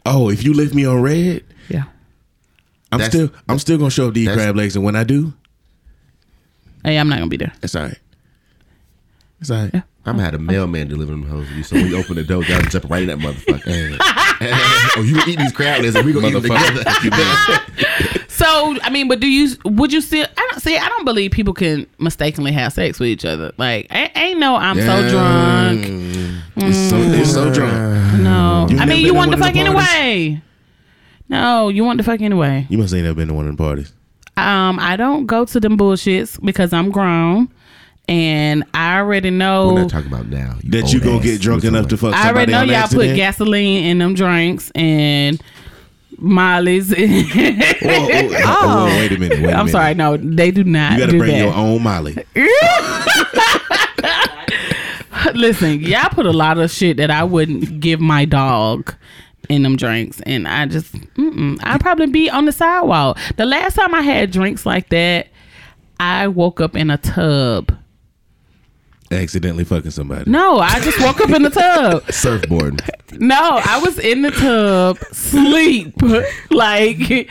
C: oh, if you left me on red,
A: Yeah,
C: I'm
E: That's-
C: still I'm still gonna show up these
E: that's-
C: crab legs, and when I do,
A: hey, I'm not gonna be there.
C: that's all right. That's all right.
E: I'm gonna have a mailman deliver them hoes to you. So when you open the door, y'all jump right in that motherfucker. oh, you gonna eat these crab legs and we gonna eat them together.
A: So I mean, but do you would you still? I don't see. I don't believe people can mistakenly have sex with each other. Like, I, ain't no I'm so drunk. Mm.
C: It's so, it's so drunk.
A: No,
C: You
A: I
C: never
A: mean
C: been
A: you
C: to
A: want to
C: one of
A: fuck
C: the parties?
A: anyway. No, you want to fuck anyway.
C: You must ain't never been to one of the parties.
A: Um, I don't go to them bullshits because I'm grown, and I already
E: We're
A: know.
E: not talking about now.
C: That
E: old
C: you gonna
E: ass.
C: get drunk
E: We're
C: enough to
E: talking
C: fuck
A: I already
C: somebody
A: know
C: on
A: y'all put
C: accident?
A: gasoline in them drinks and Molly's. I'm
C: Whoa, whoa, whoa, whoa, wait a minute. Wait a minute.
A: sorry, no, they do not.
C: You gotta
A: do
C: bring
A: that.
C: your own Molly.
A: Listen, y'all put a lot of shit that I wouldn't give my dog in them drinks, and I just, mm-mm. I'd probably be on the sidewalk. The last time I had drinks like that, I woke up in a tub.
C: Accidentally fucking somebody.
A: No, I just woke up in the tub.
E: about Surfboarding.
A: No, I was in the tub, sleep. Like,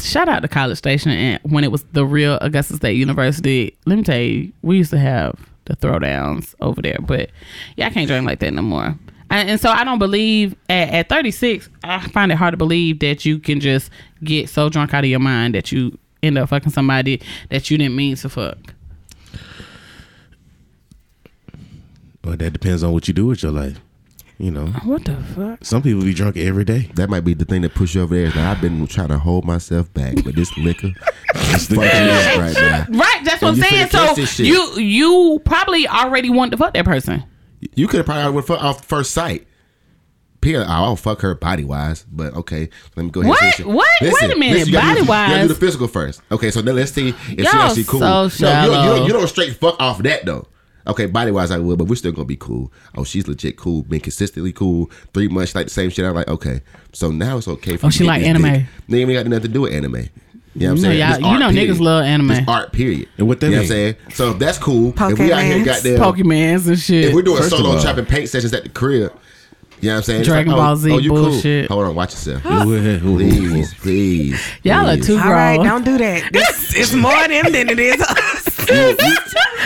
A: shout out to College Station and when it was the real Augusta State University. Let me tell you, we used to have the throwdowns over there, but yeah, I can't drink like that no more. And, and so I don't believe at, at 36, I find it hard to believe that you can just get so drunk out of your mind that you end up fucking somebody that you didn't mean to fuck.
C: Well, that depends on what you do with your life. You know,
A: What the fuck?
C: some people be drunk every day.
E: That might be the thing that push you over there. Now, I've been trying to hold myself back, but this liquor is fucking me up right now.
A: Right, that's what
E: And
A: I'm saying.
E: you finna catch
A: So
E: this shit.
A: you you probably already want to fuck that person.
E: You could have probably went fuck off first sight. Pierre, I'll fuck her body wise, but okay, let me go ahead.
A: What?
E: and finish it.
A: What? Wait a minute,
E: you gotta do-
A: body-wise?
E: you gotta do the physical first. Okay, so now let's see if
A: Y'all
E: she actually cool.
A: so
E: No, you don't, you,
A: shallow.
E: don't, you don't straight fuck off that though. Okay, body wise, I will, but we're still gonna be cool. Oh, she's legit cool, been consistently cool. Three months, she like the same shit. I'm like, okay, so now it's okay. For
A: Oh,
E: you
A: she
E: to get
A: like
E: this
A: anime.
E: dick. They ain't even got nothing to do with anime. You know what I'm
A: No,
E: saying?
A: y'all-
E: It's
A: you
E: art,
A: know niggas
E: period.
A: love anime.
E: It's art, period.
C: And what that
E: you know what I'm
C: mean?
E: saying? So if that's cool. If we out here
B: Pokemans.
E: goddamn
A: Pokemans and shit.
E: if we're doing
C: First of
E: solo
C: all-
E: chopping paint sessions at the crib, you know what I'm saying? It's
A: Dragon
E: oh,
A: Ball Z
E: oh, you
A: bullshit.
E: Cool. Hold on, watch yourself.
C: Ooh, ooh, ooh, ooh.
E: please, please.
A: Y'all are
E: please.
A: too
B: All right,
A: grown.
B: don't do that. This is more them than it is us.
E: We were-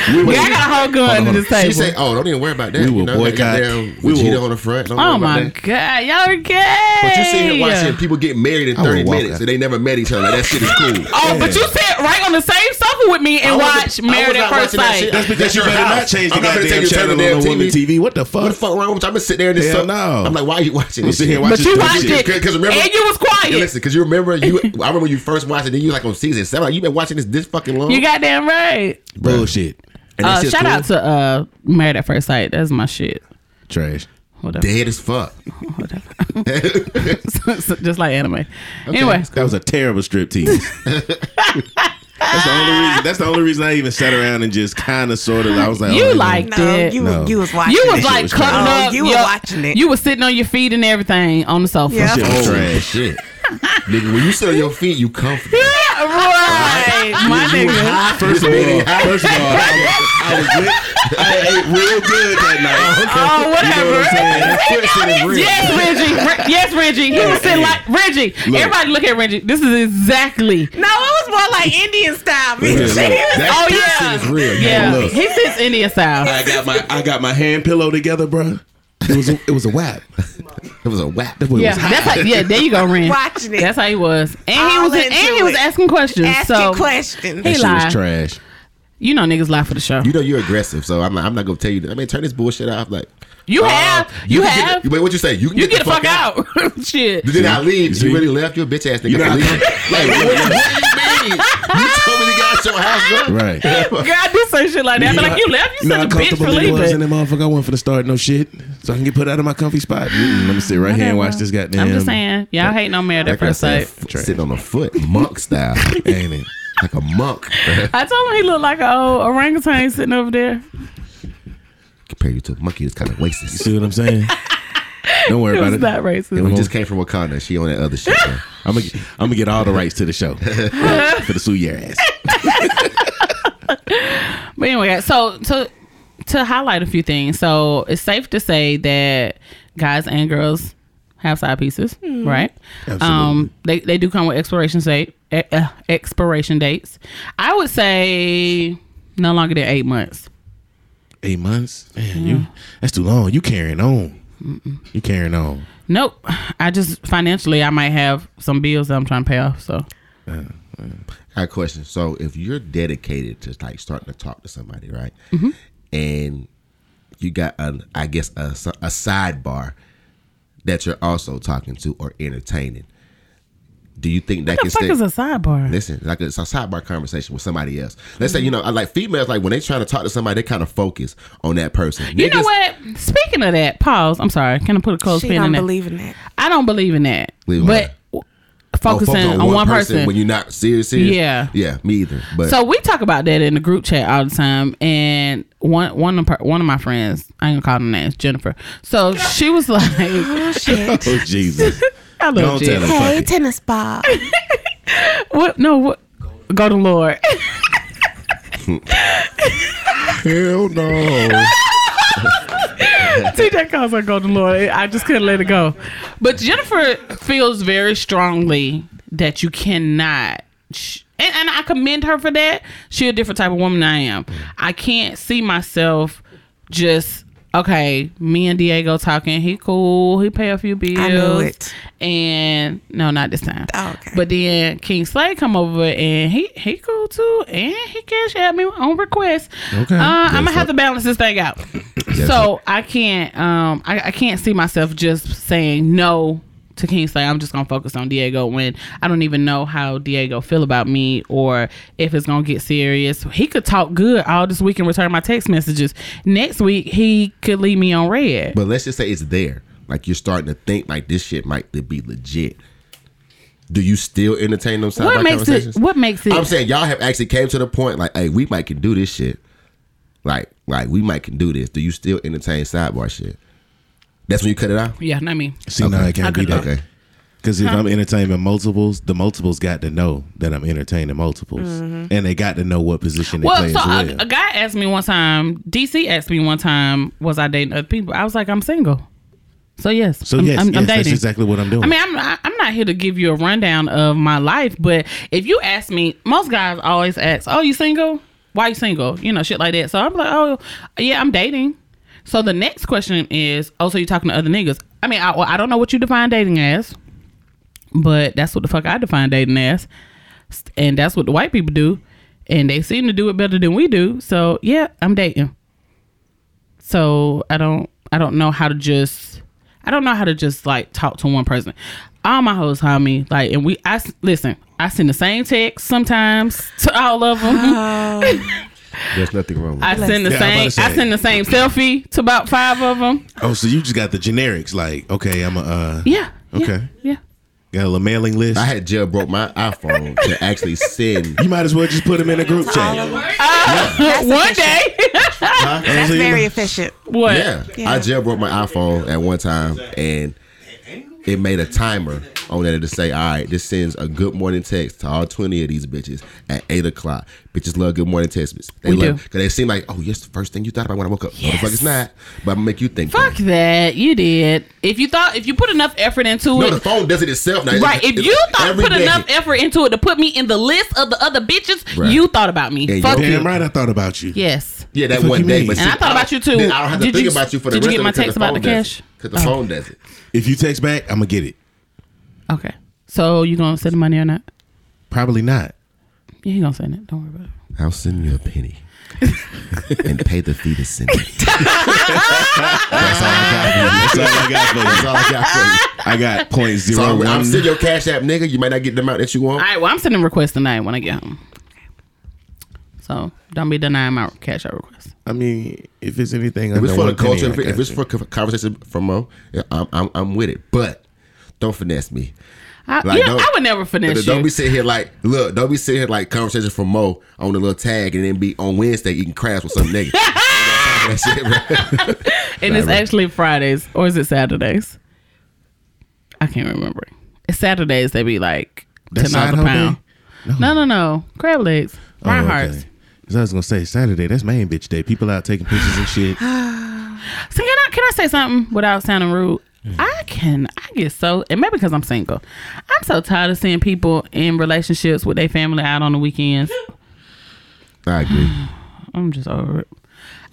A: Y'all got a whole gun to this
E: She
A: table.
E: say, "Oh, don't even worry about that."
C: We
E: you
C: will
E: know,
C: boycott.
E: We
C: We will-
E: will on the front. Don't worry
A: oh
E: about
A: my
E: that.
A: god, y'all are gay.
E: But you sitting here watching people get married in
C: I would
E: 30
C: walk
E: minutes
C: out.
E: and they never met each other. That shit is cool.
A: Oh, but you sit right on the same sofa with me
E: I
A: and
E: wasn't-
A: watch
E: I was
A: Married at
E: not
A: First
E: watching that
A: Sight.
E: shit.
C: That's because
E: That's
C: you
E: your
C: better not
E: house.
C: change the
E: I'm not gonna
C: goddamn
E: take you to
C: channel
E: the damn
C: on woman
E: TV.
C: TV. What the
E: What
C: fuck?
E: the fuck wrong with you? I'm just sitting there and this
C: Hell
E: stuff.
C: no.
E: I'm like, why are you watching this?
C: sitting here
E: shit?
C: watching
A: But you
C: Just
A: watched
C: do
A: it,
E: shit. 'Cause remember-
A: and you was
E: Yeah,
A: quiet.
E: listen, because you remember you. I remember when you first watched it. Then you was like on season seven. Like, you've been watching this this fucking long.
A: You goddamn right.
C: Bullshit. And
A: Uh,
C: that shit's
A: shout out
C: cool?
A: to uh, Married at First Sight. That's my shit.
C: trash.
A: Whatever.
E: dead as fuck.
A: Just like anime. anyway,
C: That was a terrible strip tease. that's the only reason. That's the only reason I even sat around and just kind of sort of. I was like,
A: You
C: oh,
A: like-
B: No,
A: Did-
B: you
C: No.
B: you was watching.
A: you was
B: it.
A: like
C: was
A: cutting
B: trash.
A: up.
B: Oh, You were
A: your-
B: watching it.
A: You was sitting on your feet and everything on the sofa.
B: Yeah.
C: shit was
E: Oh
C: trash.
E: shit, nigga. When you sit on your feet, you comfortable.
A: Yeah, right. My nigga.
C: First of all, first of all, I was, I was lit. I ate real good that night.
A: Oh,
C: You know what
A: whatever.
C: I'm saying? That foot shit is real.
A: Yes, Reggie. Re- yes, Reggie. He was sitting like Reggie.
C: Look.
A: Everybody look at Reggie. This is exactly.
B: No, it was more like Indian style. bitch.
C: Yeah, look,
A: oh
E: That
A: yeah.
E: shit is real.
A: Yeah.
C: look.
A: He sits Indian style.
C: I got my I got my hand pillow together, bro. It was a, it was a whap.
E: It was a whack.
C: That boy
A: Yeah.
C: was hot.
A: That's how, yeah. There you go, Ren.
B: Watching it.
A: That's how he was, and he
B: All
A: was, and
B: into
A: he was
B: it.
A: asking questions.
B: Asking
A: so
B: questions.
A: Hey,
C: That shit
A: lie.
C: was trash.
A: you know, niggas lie for the show.
E: You know you're aggressive, so I'm not, I'm not gonna tell you. I mean, turn this bullshit off. Like
A: You
E: uh,
A: have, you,
E: can get
A: have,
E: the- wait, what you say? You can
A: you get the fuck out. Shit.
E: Then I leave.
C: See?
E: You really left your bitch ass nigga.
C: You
E: for
C: know-
E: leaving. like what, what do you mean? You told me to get out your house, bro.
C: Right.
A: Girl, I do say shit like that. I be like, you left. You
C: know
A: such a
C: how
A: bitch for
C: comfortable it was
A: leaving.
C: in that motherfucker. I went for the start, no shit, so I can get put out of my comfy spot. Mm, let me sit right here and watch this goddamn.
A: I'm just saying, y'all hating on married at
E: That girl
A: first
E: said,
A: sight.
E: f- sitting on a foot, monk style,
C: ain't it?
E: like a monk.
A: I told him he looked like an old orangutan sitting over there.
E: Compare you to a monkey is kind of wasted.
C: See what I'm saying? Don't worry
A: It
C: about
A: was
C: it.
A: not racist.
E: And we just came from Wakanda. She on that other shit. man.
C: I'm gonna I'm gonna get all the rights to the show for the sue your ass.
A: But anyway, so to to highlight a few things, so it's safe to say that guys and girls have side pieces,
C: Mm-hmm.
A: right? Um, they they do come with expiration date eh, uh, expiration dates. I would say no longer than eight months.
C: Eight months, man.
A: Mm.
C: You that's too long. You carrying on. You carrying on.
A: Nope. I just financially I might have some bills that I'm trying to pay off. So
E: I got a question. So if you're dedicated to like starting to talk to somebody, right?
A: Mm-hmm.
E: And you got an I guess a, s- a sidebar that you're also talking to or entertaining. Do you think that
A: what
E: can
A: the fuck
E: stay?
A: is a sidebar?
E: Listen, like it's a sidebar conversation with somebody else. Let's say
A: Mm-hmm.
E: you know, I like females, like when they trying to talk to somebody, they kind of focus on that person.
A: You know
E: Niggas-
A: what? Speaking of that, pause. I'm sorry. Can I put a closed
B: She
A: pin in
B: don't
A: that?
B: believe in that.
A: I don't believe in that.
E: Believe
A: but w-
E: Oh, focus
A: focusing on, one, person.
E: when you're not serious, serious.
A: Yeah.
E: yeah, me either. But
A: so we talk about that in the group chat all the time, and one one of, her- one of my friends, I ain't gonna call her name, it's Jennifer. So she was like,
B: Oh, shit.
C: Oh Jesus.
A: "I love
C: Don't
A: Jen."
C: tell her. Fuck
B: hey,
C: it.
B: tennis ball.
A: What? No, what? Go to Lord.
E: hell no.
A: TJ calls her Golden Lord. I just couldn't let it go. But Jennifer feels very strongly that you cannot. sh- And, and I commend her for that. She a different type of woman than I am. I can't see myself just okay. Me and Diego talking. He cool. He pay a few bills.
B: I knew it.
A: And no, not this time.
B: Oh, okay.
A: But then King Slade come over and he he cool too, and he cash at me on request.
C: Okay.
A: Uh, I'm gonna
C: That's
A: have to balance this thing out. so I can't um I, I can't see myself just saying no to King Slade. I'm just gonna focus on Diego when I don't even know how Diego feel about me or if it's gonna get serious. He could talk good all this week and return my text messages. Next week he could leave me on red.
E: But let's just say it's there. Like you're starting to think like this shit might be legit. Do you still entertain them sidebar
A: what makes it
E: conversations?
A: what makes it
E: I'm saying y'all have actually came to the point like, hey, we might can do this shit. Like, like we might can do this. Do you still entertain sidebar shit? That's when you cut it out.
A: yeah, not me.
C: See now it can't be that.
E: Okay.
C: Because if I'm entertaining multiples, the multiples got to know that I'm entertaining multiples,
E: Mm-hmm.
C: and they got to know what position they
A: Well,
C: play
A: so uh,
C: as well.
A: a, a guy asked me one time, DC asked me one time, was I dating other people? I was like, I'm single. So yes,
C: so
A: I'm,
C: yes,
A: I'm, I'm
C: yes, that's
A: dating.
C: exactly what I'm doing.
A: I mean, I'm not- I'm not here to give you a rundown of my life, but if you ask me, most guys always ask, "Oh, you single? Why you single?" You know, shit like that. So I'm like, "Oh, yeah, I'm dating." So the next question is, "Oh, so you talking to other niggas?" I mean, I, well, I don't know what you define dating as, but that's what the fuck I define dating as, and that's what the white people do, and they seem to do it better than we do. So yeah, I'm dating. So I don't I don't know how to just I don't know how to just like talk to one person. All my hoes call me like, and we I s- listen. I send the same text sometimes to all of them.
E: There's nothing wrong with
A: I
E: it.
A: send the
C: Yeah, I'm
A: same.
C: about to say.
A: I send the same selfie to about five of them.
C: oh, so you just got the generics? Like, okay, I'm a uh,
A: Yeah. yeah,
C: Okay.
A: Yeah.
C: got a little mailing list.
E: I had jailbroke my iPhone to actually send.
C: you might as well just put them in a group chat.
A: one day.
B: That's very efficient.
A: what?
E: Yeah. I jailbroke my iPhone at one time and it made a timer on there to say, all right, this sends a good morning text to all 20 of these bitches at 8 o'clock. Bitches love good morning texts. They
A: We
E: love
A: do.
E: Because they seem like, oh, yes, the first thing you thought about when I woke up. No, the fuck it's not. But I'm going to make you think.
A: Fuck that. You did. If you thought, if you put enough effort into
E: No,
A: it,
E: the phone does it itself now. It's-
A: Right. If
E: it's
A: you thought
E: every
A: put
E: day.
A: enough effort into it to put me in the list of the other bitches,
E: Right.
A: you thought about me.
E: And
A: Fuck
E: your-
A: you.
C: Damn right, I thought about you.
A: Yes.
E: Yeah,
C: Fuck
E: that
C: you
E: one day.
C: mean.
E: But
A: And
E: see,
A: I thought about you, too.
E: Then I don't have to
A: Did
E: think
A: you-
E: about you for the
A: did you
E: rest
A: get
E: of
A: my
E: it 'cause the
A: text about
E: phone
A: the
E: does it.
A: cash? Oh.
E: 'Cause the phone does it.
C: If you text back, I'm gonna get it.
A: Okay. So you gonna send the money or not?
C: Probably not.
A: Yeah, he gonna send it. Don't worry about it.
E: I'll send you a penny and pay the fee to send it. That's all I
C: That's all I got for
E: got. That's
C: you.
E: all I got for you.
C: I got point zero
E: So
C: one.
E: I'm sending your cash app, nigga. You might not get the amount that you want.
A: All right. Well, I'm sending requests tonight when I get home. So don't be denying my cash out request.
C: I mean, if it's anything,
E: if it's for the culture,
C: penny,
E: if, it- if it's for co- conversation from Mo, yeah, I'm, I'm I'm with it. But don't finesse me.
A: I,
E: Like,
A: yeah,
E: don't-
A: I would never finesse
E: Don't
A: you.
E: be sitting here like, look, don't be sitting here like conversation from Mo on the little tag and then be on Wednesday eating crabs with some nigga. Ain't got time for that shit, bro.
A: and it's actually Fridays or is it Saturdays? I can't remember. It's Saturdays. They be like
C: That's
A: ten dollars a
C: side hoe
A: pound. No. no, no, Crab legs.
E: Oh,
A: Reinhardt's.
C: Because Oh, I was gonna say Saturday. That's man bitch day. People out taking pictures and shit.
A: So can I can I say something without sounding rude?
C: Mm.
A: I can I get so and maybe because I'm single, I'm so tired of seeing people in relationships with their family out on the weekends.
E: I agree.
A: I'm just over it.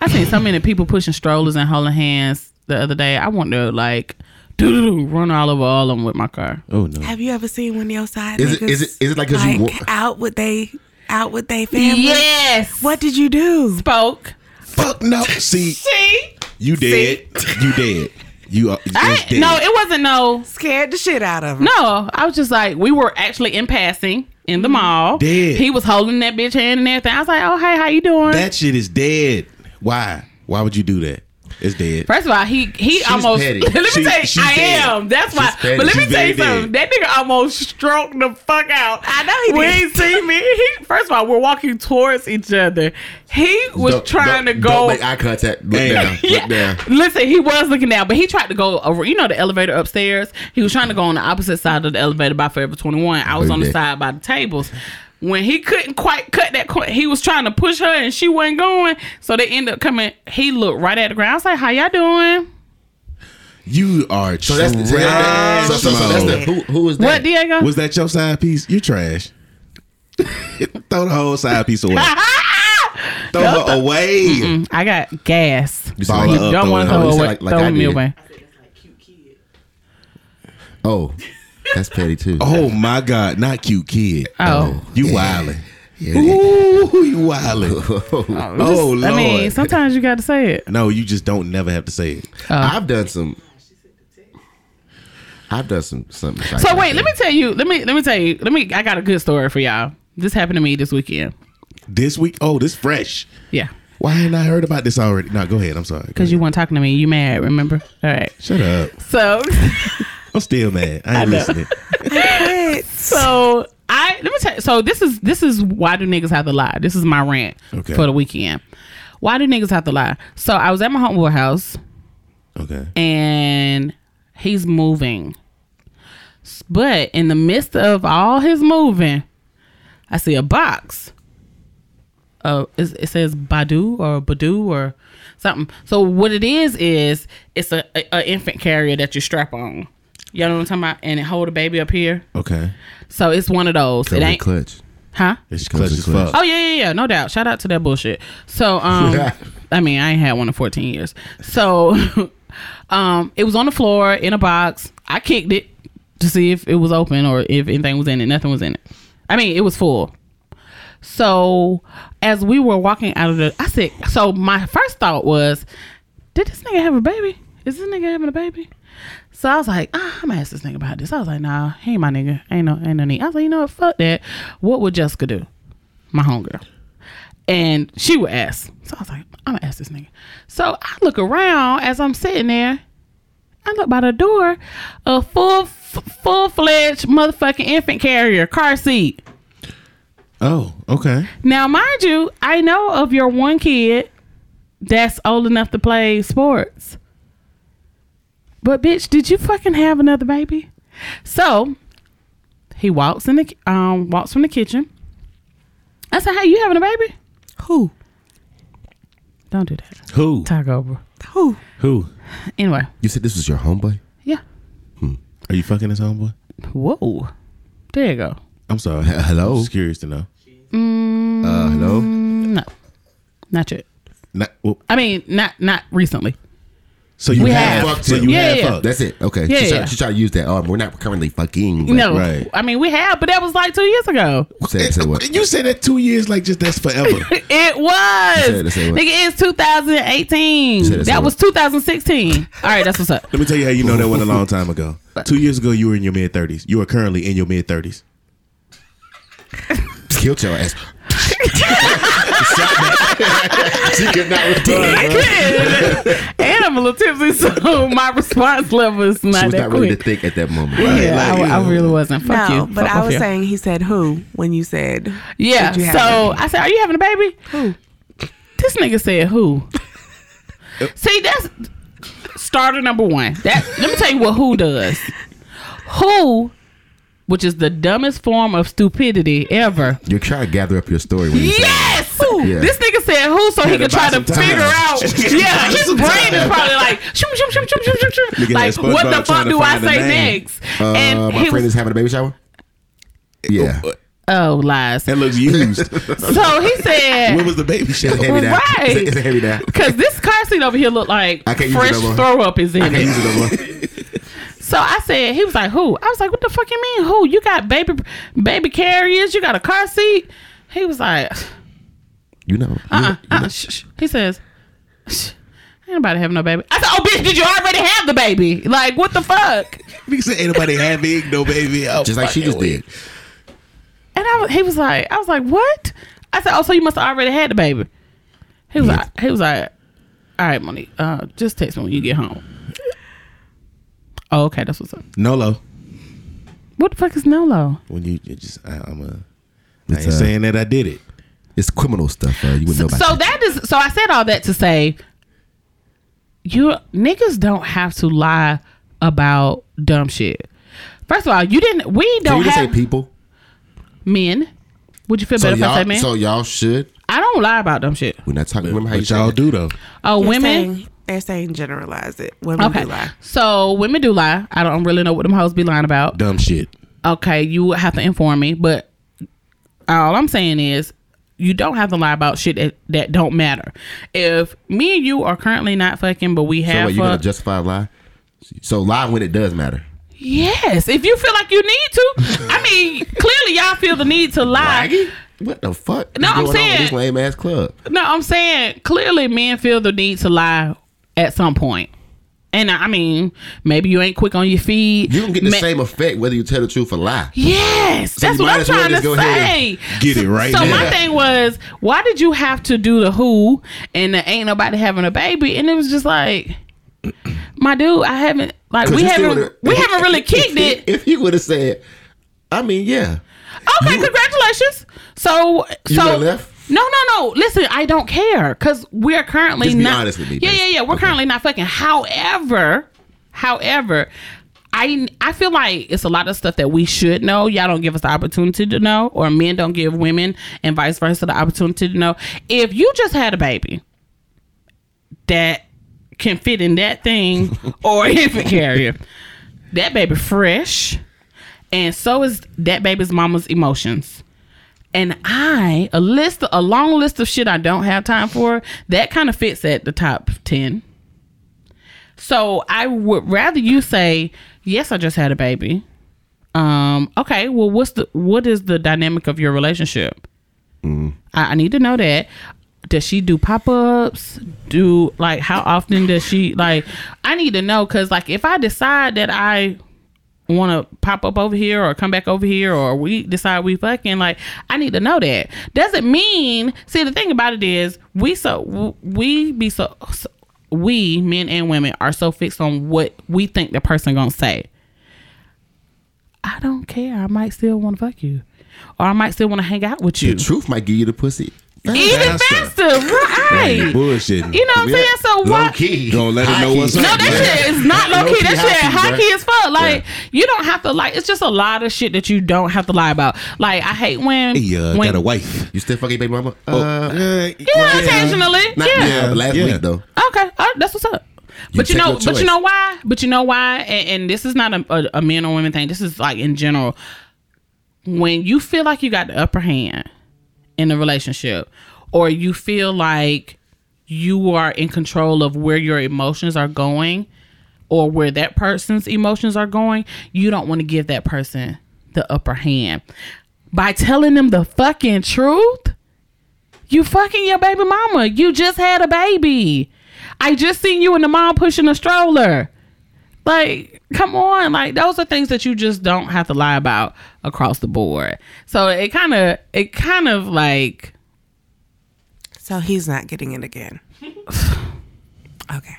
A: I seen so many people pushing strollers and holding hands the other day. I want to like doo run all over all of them with my car.
C: Oh no.
B: Have you ever seen one of your side
E: Is it-
B: niggas,
E: is it- is it like 'cause you wa-
B: out with they out with they family?
A: Yes.
B: What did you do?
A: spoke?
C: Fuck no. See,
A: See,
C: you dead. You dead. You are.
A: I,
C: it's dead.
A: no, it wasn't no.
B: Scared the shit out of them.
A: No, I was just like, we were actually in passing in the mall.
C: Dead.
A: He was holding that bitch hand and everything. I was like, oh hey, how you doing?
C: that shit is dead. Why? Why would you do that? It's dead.
A: First of all, he he almost.
E: petty.
A: Let me
C: She-
A: tell you,
C: she's
A: I
C: dead.
A: am. That's why.
E: She's petty.
A: But let me
C: She's
A: tell you
C: very dead.
A: something. That nigga almost stroked the fuck out.
B: I know he
A: when he
B: did.
A: seen me, he, first of all, we're walking towards each other. He was
E: Don't-
A: trying
E: don't-
A: to go.
E: Don't make eye contact. Look
C: Hey.
E: down. Look down.
A: Listen, he was looking down, but he tried to go over. You know the elevator upstairs. He was trying to go on the opposite side of the elevator by Forever Twenty One. I was on the
E: Okay.
A: side by the tables. When he couldn't quite cut that, cor- he was trying to push her, and she wasn't going. So they ended up coming. He looked right at the ground. I was like, "How y'all doing?
C: You are
E: So that's the, so
C: trash.
E: that's the, so, so, so that's the
C: mode.
E: who, who is that?
A: What, Diego?
C: Was that your side piece? You trash. Throw the whole side piece away. Throw her away.
A: I got gas.
E: You sound
C: Ball
E: like-
C: up,
A: Don't
C: throw
A: want
C: it
A: to
E: up.
A: throw away.
E: Uh, oh, You sound like- like I
A: throw me
E: did.
A: away.
F: I said, that's like cute kid.
E: Oh, that's petty too.
C: Oh my God, not cute kid.
A: Oh.
C: You wildin'.
E: Yeah.
C: Ooh, you wildin'. Oh Lord.
A: I mean, sometimes you got to say it.
C: no, you just don't never have to say it.
A: Uh,
E: I've done some. I've done some something. like
A: So
E: that.
A: wait, let me tell you. Let me let me tell you. Let me. I got a good story for y'all. This happened to me this weekend.
C: This week, oh, this fresh.
A: Yeah,
C: Why hadn't I heard about this already? No, go ahead. I'm sorry.
A: because you weren't talking to me. You mad? Remember? All right.
C: Shut up.
A: So
C: I'm still mad. I ain't listening.
A: so I let me tell. You, so this is this is why do niggas have to lie? This is my rant
C: Okay.
A: for the weekend. Why do niggas have to lie? So I was at my homeboy house.
C: Okay.
A: and he's moving. But in the midst of all his moving, I see a box. Uh, it, it says Badu or Badu or something. So what it is is it's a, a, a infant carrier that you strap on. You know what I'm talking about? And it hold a baby up here.
C: Okay.
A: So it's one of those.
E: Comes
A: it
E: in
A: ain't
E: clutch.
A: huh?
C: It's
E: Comes
C: clutch
E: in
C: as
E: clutch.
C: fuck.
A: Oh yeah, yeah, yeah, no doubt. Shout out to that bullshit. So, um, I mean, I ain't had one in 14 years. So, um, it was on the floor in a box. I kicked it to see if it was open or if anything was in it. Nothing was in it. I mean, it was full. So, as we were walking out of the, I said, so my first thought was, did this nigga have a baby? Is this nigga having a baby? So I was like, ah, I'm gonna ask this nigga about this. I was like, nah, he ain't my nigga. Ain't no, ain't no need. I was like, you know what? Fuck that. What would Jessica do? my homegirl. And she would ask. So I was like, I'm gonna ask this nigga. So I look around as I'm sitting there. I look by the door, a full full fledged motherfucking infant carrier car seat.
C: Oh, okay.
A: Now, mind you, I know of your one kid that's old enough to play sports. But bitch, did you fucking have another baby? So he walks in the um walks from the kitchen. I said, "Hey, you having a baby?"
B: Who?
A: Don't do that.
C: Who?
A: Talk over.
B: Who?
C: Who?
A: Anyway,
E: You said this was your homeboy?
A: yeah.
C: Are you fucking his homeboy?
A: Whoa. There you go.
C: I'm sorry.
E: Hello?
C: Just curious to know.
E: Uh, hello?
A: No, not yet.
C: Not, well,
A: I mean, not not recently.
C: so you
A: We
C: have,
A: have.
C: fucked So you
A: Yeah,
C: have
A: yeah.
C: fucked.
E: That's it. Okay.
A: Yeah,
E: she,
A: yeah.
E: Tried, she tried to use that. Um, we're not currently fucking. but-
A: No,
C: Right.
A: I mean we have, but that was like two years ago.
E: Said, said what?
C: You said that two years like just that's forever.
A: It was.
E: You said it, say what?
A: Nigga, it's 2018.
E: said it, say
A: that was
E: what?
A: 2016. All right, that's what's up.
C: Let me tell you how you know that went a long time ago. Two years ago, you were in your mid thirties. You are currently in your mid thirties.
E: Killed your ass. she could not respond. huh?
A: and I'm a little tipsy, so my response level is
E: She
A: not
E: was
A: that
E: not ready
A: quick.
E: to think at that moment.
A: yeah, I,
C: like,
A: I really wasn't. Fuck
B: no,
A: you.
B: but
A: Fuck
B: I
A: off
B: was
A: here.
B: saying he said who when you said
A: Yeah.
B: Did you have
A: So
B: a
A: I said, "Are you having a baby?"
B: Who?
A: This nigga said, "Who?" See, that's starter number one. That let me tell you what who does. Who, which is the dumbest form of stupidity ever.
E: You're trying to gather up your story. When you say it.
A: Yes.
E: Yeah.
A: This nigga said who so he
C: to
A: could
C: buy
A: try to
C: some time.
A: figure out. Yeah, his
C: Some
A: brain is
C: time.
A: probably like, shoom, shoom, shoom, shoom, shoom, shoom, shoom.
C: Nigga
A: like,
C: had
A: what
C: SpongeBob
A: the fuck
C: trying to
A: do I
C: find a
A: say
C: name.
A: next?
E: Uh, my
A: he
E: friend
A: was,
E: is having a baby shower. Yeah.
A: oh lies.
C: That looks used.
A: So he said,
C: when was the baby shower?
E: It's a heavy now.
A: Right.
E: It's a heavy now.
A: Cause this car seat over here look like
E: I can't use it
A: fresh
E: no more.
A: throw up is in
E: Use
A: it.
E: it no more.
A: So I said, he was like, "Who?" I was like, "What the fuck you mean? Who? You got baby, baby carriers? You got a car seat?" He was like,
E: You know.
A: "Uh, uh."
E: mm.
A: Shh, shh. He says, shh, "Ain't nobody having no baby." I said, "Oh, bitch, did you already have the baby? Like, what the fuck?"
C: Nigga said, ain't nobody having no baby. Oh,
E: Just like she just did.
A: And I, was- he was like, I was like, what? I said, oh, so you must have already had the baby. He was like, he was like, all right, Monique, uh, just text me when you get home. Oh, okay, that's what's up.
C: Nolo.
A: What the fuck is Nolo?
C: When you it just, I, I'm a. I
E: It's,
C: ain't
E: uh,
C: saying that I did it.
E: It's criminal stuff. Uh, you wouldn't know
A: So,
E: about
A: so
E: that.
A: that is, so I said all that to say, you niggas don't have to lie about dumb shit. First of all, you didn't. We
E: Can
A: don't
E: you just say
A: have
E: people?
A: men. Would you feel
E: So
A: better if I say
E: y'all,
A: men?
E: so y'all should.
A: I don't lie about dumb shit.
E: We're not talking. Remember how you
C: But y'all
E: said
C: do though.
A: Oh,
B: They're
A: women.
B: saying- they're saying generalize it. Women
A: Okay.
B: do lie.
A: So women do lie. I don't really know what them hoes be lying about.
C: Dumb shit.
A: Okay, you would have to inform me, but all I'm saying is you don't have to lie about shit that, that don't matter. If me and you are currently not fucking, but we
E: So
A: have
E: wait, you're gonna
A: fucked-
E: justify a lie? So lie when it does matter.
A: yes. If you feel like you need to, I mean, clearly y'all feel the need to lie.
E: Aggie? What the fuck?
A: No,
E: is
A: I'm
E: going on with
A: saying-
E: this lame ass club.
A: No, I'm saying clearly men feel the need to lie at some point. And I I mean, maybe you ain't quick on your feet.
E: You can get the
A: Ma-
E: same effect whether you tell the truth or lie.
A: Yes, that's
E: you
A: what
E: might
A: I'm
E: as well
A: trying
E: just
A: to
E: go ahead
A: say.
C: Get it right
A: So
C: now.
A: my thing was, why did you have to do the who and the ain't nobody having a baby? And it was just like, my dude, I haven't like
E: 'Cause
A: we
E: you still
A: haven't
E: would've-
A: we haven't really kicked
E: if,
A: it.
E: If he would have said, I mean, yeah,
A: Okay, Oh congratulations. So
E: You
A: so
E: would've left?
A: no no no. Listen, I don't care because we are currently
E: Just be
A: not.
E: honest with me,
A: yeah yeah
E: babe.
A: yeah. We're currently not fucking. However, however, I I feel like it's a lot of stuff that we should know. Y'all don't give us the opportunity to know, or men don't give women and vice versa the opportunity to know. If you just had a baby that can fit in that thing or infant carrier, that baby fresh, and so is that baby's mama's emotions. And I a list a long list of shit I don't have time for that kind of fits at the top ten. So I would rather you say, "Yes, I just had a baby." Um, okay, well, what's the what is the dynamic of your relationship? I, I need to know that. Does she do pop ups? Do like how often does she like? I need to know because like if I decide that I want to pop up over here or come back over here or we decide we fucking like I need to know that doesn't mean see the thing about it is we so we be so, so we men and women are so fixed on what we think the person gonna say I don't care I might still want to fuck you or I might still want to hang out with you
E: The truth might give you the pussy.
A: even faster right
C: Bullshitting.
A: you know what I'm saying so
E: Low
A: what
E: key.
C: Gonna let him know what's
A: no,
C: up.
A: that shit is not low key. That shit high key as fuck. Like you don't have to like. It's just a lot of shit that you don't have to lie about. Like I hate when
C: Yeah,
A: when
C: uh, got a wife.
E: You still fucking baby mama?
C: Oh,
E: Uh,
C: yeah,
A: yeah,
C: yeah.
A: occasionally
E: Not
A: yeah.
E: now, but last
C: Yeah.
E: week though.
A: Okay, all right, that's what's up.
E: You
A: but you
E: take
A: know,
E: your
A: but
E: choice.
A: you know why? But you know why? And, and this is not a, a, a men or women thing. This is like in general. When you feel like you got the upper hand in a relationship, or you feel like you are in control of where your emotions are going, or where that person's emotions are going, you don't want to give that person the upper hand by telling them the fucking truth. You fucking your baby mama. You just had a baby. I just seen you and the mom pushing a stroller. Like, come on. Like, those are things that you just don't have to lie about across the board. So it kind of, it kind of like,
B: So he's not getting it again. okay.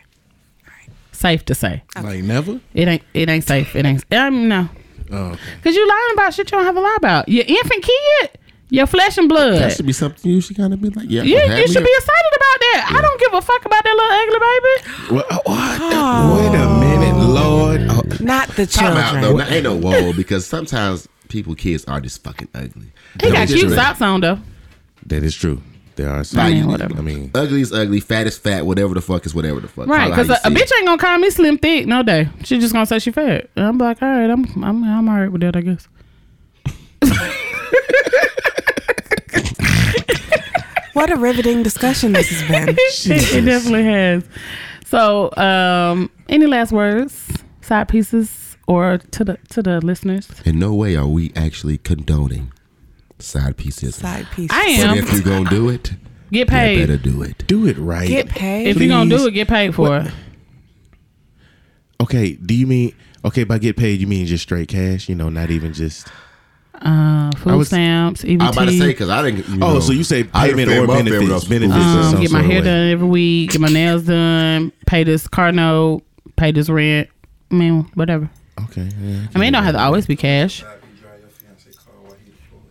A: safe to say
C: Like never.
A: it ain't, it ain't safe. It ain't. Um, no,
C: Oh, okay.
A: because you lying about shit you don't have to lie about. Your infant kid, your flesh and blood.
E: That should be something you should kind of be like, yeah.
A: Yeah,
E: have
A: you
E: me
A: should
E: a-
A: be excited about that. I don't give a fuck about that little ugly baby.
C: Well, oh, what? Wait a minute, Lord. Oh,
B: Not the
E: Time out though.
B: children.
E: Now, ain't no whoa because sometimes people kids are just fucking ugly.
A: He got cute
E: Like,
A: socks on though.
C: that is true. There are some.
E: Like, you-
A: whatever.
C: I mean,
E: Ugly is ugly, fat is fat, whatever the fuck is whatever the fuck.
A: Right,
E: Call it
A: because a,
E: how
A: a
E: you see
A: bitch ain't gonna call me slim thick no day. She just gonna say she fat. And I'm like, all right, I'm I'm I'm all right with that, I guess.
B: What a riveting discussion this has been.
A: It, it definitely has. So, um, any last words, side pieces, or to the to the listeners?
E: it. In no way are we actually condoning side pieces.
B: Side piece.
A: I
E: but
A: am
E: if you're gonna do it,
A: get
E: you better
A: paid.
E: do it.
C: do it right.
B: Get paid.
A: If you're gonna
C: Please.
A: do it, get paid for it.
C: Okay, do you mean okay by get paid? You mean just straight cash? You know, not even just.
A: Uh, food
C: was-
A: stamps, E EBT.
E: I'm about to say because I didn't. You
C: Oh,
E: know,
C: so you say
E: I didn't
C: payment
E: fare
C: or
E: my fair with
C: benefits?
E: those
C: Benefits.
E: fools.
C: or
A: um,
C: some
A: get my
C: sort of
A: hair
C: way.
A: done every week. Get my nails done. Pay this car note. Pay this rent. I mean, whatever.
C: Okay. yeah,
A: I mean, it don't have to always be cash.